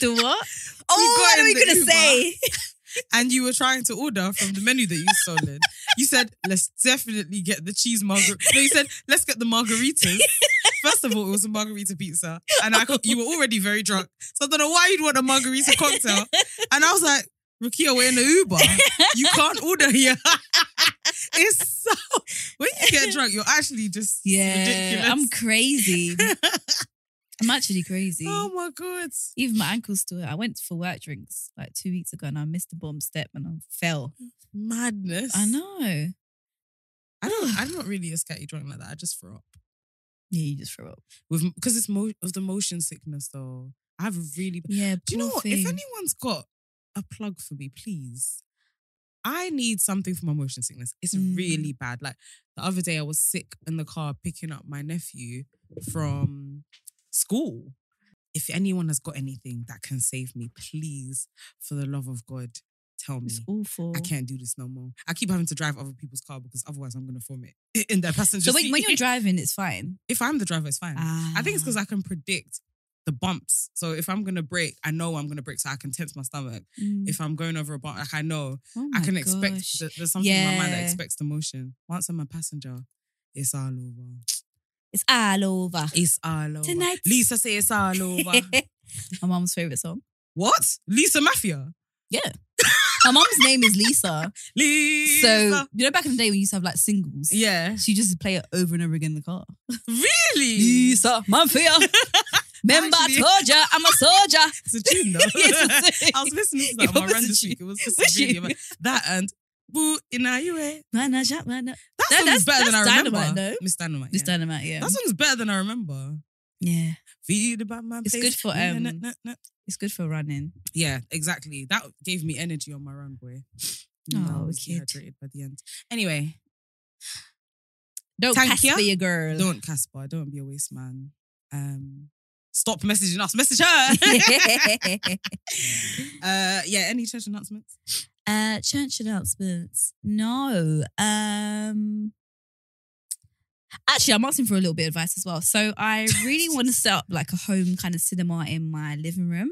[SPEAKER 2] the what? Oh,
[SPEAKER 1] got
[SPEAKER 2] what are
[SPEAKER 1] in
[SPEAKER 2] we
[SPEAKER 1] the
[SPEAKER 2] gonna
[SPEAKER 1] Uber.
[SPEAKER 2] say?
[SPEAKER 1] and you were trying to order from the menu that you stolen? You said, let's definitely get the cheese margarita. No, you said, let's get the margaritas. First of all, it was a margarita pizza. And I, you were already very drunk. So I don't know why you'd want a margarita cocktail. And I was like, Rukia, we're in the Uber. You can't order here. it's so, when you get drunk, you're actually just
[SPEAKER 2] Yeah,
[SPEAKER 1] ridiculous.
[SPEAKER 2] I'm crazy. I'm actually crazy.
[SPEAKER 1] oh my God.
[SPEAKER 2] Even my ankles still. hurt. I went for work drinks like two weeks ago, and I missed the bomb step and I fell.
[SPEAKER 1] Madness.
[SPEAKER 2] I know. Yeah,
[SPEAKER 1] I don't, I'm not really a scatty drunk like that. I just throw up.
[SPEAKER 2] you just throw up.
[SPEAKER 1] with because it's mo- of the motion sickness though. I have a really. bad-
[SPEAKER 2] Yeah.
[SPEAKER 1] Do you know
[SPEAKER 2] poor
[SPEAKER 1] what?
[SPEAKER 2] thing.
[SPEAKER 1] If anyone's got a plug for me, please. I need something for my motion sickness. It's
[SPEAKER 2] Mm.
[SPEAKER 1] really bad. Like the other day, I was sick in the car picking up my nephew from school. If anyone has got anything that can save me, please, for the love of God, tell me.
[SPEAKER 2] it's awful.
[SPEAKER 1] I can't do this no more. I keep having to drive other people's car because otherwise I'm gonna vomit in their passenger
[SPEAKER 2] So when,
[SPEAKER 1] seat.
[SPEAKER 2] when you're driving, it's fine.
[SPEAKER 1] if I'm the driver, it's fine. I think it's because
[SPEAKER 2] Ah,
[SPEAKER 1] I can predict the bumps. So if I'm gonna break, I know I'm gonna break. So I can tense my stomach.
[SPEAKER 2] mm.
[SPEAKER 1] If I'm going over a bump, like I know
[SPEAKER 2] Oh
[SPEAKER 1] I
[SPEAKER 2] my
[SPEAKER 1] can
[SPEAKER 2] gosh.
[SPEAKER 1] expect. The, there's something in my mind that
[SPEAKER 2] Yeah.
[SPEAKER 1] expects the motion. Once I'm a passenger, it's all over.
[SPEAKER 2] It's all over.
[SPEAKER 1] It's all over.
[SPEAKER 2] Tonight.
[SPEAKER 1] Lisa say it's all over.
[SPEAKER 2] My mom's favorite song.
[SPEAKER 1] what? Lisa Mafia.
[SPEAKER 2] My mom's name is Lisa.
[SPEAKER 1] Lisa.
[SPEAKER 2] So you know, back in the day when you used to have like singles,
[SPEAKER 1] yeah,
[SPEAKER 2] she used to play it over and over again in the car.
[SPEAKER 1] really.
[SPEAKER 2] Mafia. Remember,
[SPEAKER 1] Actually-
[SPEAKER 2] I told ya, I'm a soldier.
[SPEAKER 1] It's a tune though.
[SPEAKER 2] It's a tune.
[SPEAKER 1] I was listening to
[SPEAKER 2] It
[SPEAKER 1] that on my
[SPEAKER 2] was a
[SPEAKER 1] run this
[SPEAKER 2] tune.
[SPEAKER 1] week. It was just
[SPEAKER 2] Was
[SPEAKER 1] really
[SPEAKER 2] you?
[SPEAKER 1] ama- that and boo in a way.
[SPEAKER 2] Man, I shout, man, I-
[SPEAKER 1] That
[SPEAKER 2] That-
[SPEAKER 1] song
[SPEAKER 2] that's-
[SPEAKER 1] is better than I
[SPEAKER 2] that's
[SPEAKER 1] remember.
[SPEAKER 2] Dynamite, no?
[SPEAKER 1] Miss Dynamite.
[SPEAKER 2] Miss
[SPEAKER 1] yeah.
[SPEAKER 2] Dynamite, yeah.
[SPEAKER 1] That song's better than I remember.
[SPEAKER 2] yeah.
[SPEAKER 1] Feed about my
[SPEAKER 2] It's
[SPEAKER 1] face.
[SPEAKER 2] good for,
[SPEAKER 1] Na, na,
[SPEAKER 2] um,
[SPEAKER 1] na, na.
[SPEAKER 2] It's good for running.
[SPEAKER 1] Yeah, exactly. That gave me energy on my run, boy.
[SPEAKER 2] Oh,
[SPEAKER 1] I was
[SPEAKER 2] wicked.
[SPEAKER 1] dehydrated by the end. Anyway,
[SPEAKER 2] Don't
[SPEAKER 1] Thank
[SPEAKER 2] pass
[SPEAKER 1] ya.
[SPEAKER 2] for your girl.
[SPEAKER 1] don't Casper. Don't be a waste man. Um, stop messaging us. Message her. uh, yeah. Any church announcements?
[SPEAKER 2] uh, church announcements. No. Um Actually, I'm asking for a little bit of advice as well. So I really want to set up like a home kind of cinema in my living room.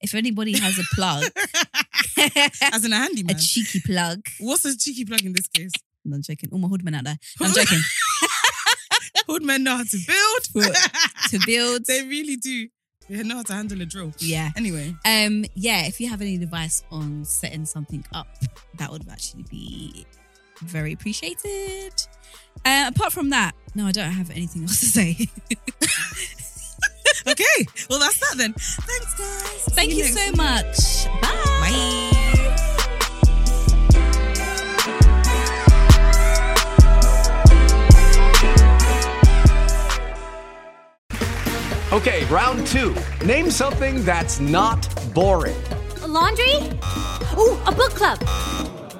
[SPEAKER 2] If anybody has a plug, a
[SPEAKER 1] As in a handyman.
[SPEAKER 2] cheeky plug.
[SPEAKER 1] What's a cheeky plug in this case?
[SPEAKER 2] No, I'm joking. All my hoodmen out there. No, I'm joking.
[SPEAKER 1] Hood men know how to build.
[SPEAKER 2] to build.
[SPEAKER 1] they really do. They know how to handle a drill.
[SPEAKER 2] Yeah.
[SPEAKER 1] Anyway,
[SPEAKER 2] Um, yeah, if you have any advice on setting something up, that would actually be very appreciated. Uh, apart from that, no, I don't have anything else to say.
[SPEAKER 1] okay. Well, that's that then. Thanks, guys.
[SPEAKER 2] Thank
[SPEAKER 1] See
[SPEAKER 2] you
[SPEAKER 1] next
[SPEAKER 2] so
[SPEAKER 1] week.
[SPEAKER 2] much. Bye.
[SPEAKER 4] Okay, round two. Name something that's not boring.
[SPEAKER 7] A laundry? Ooh, a book club.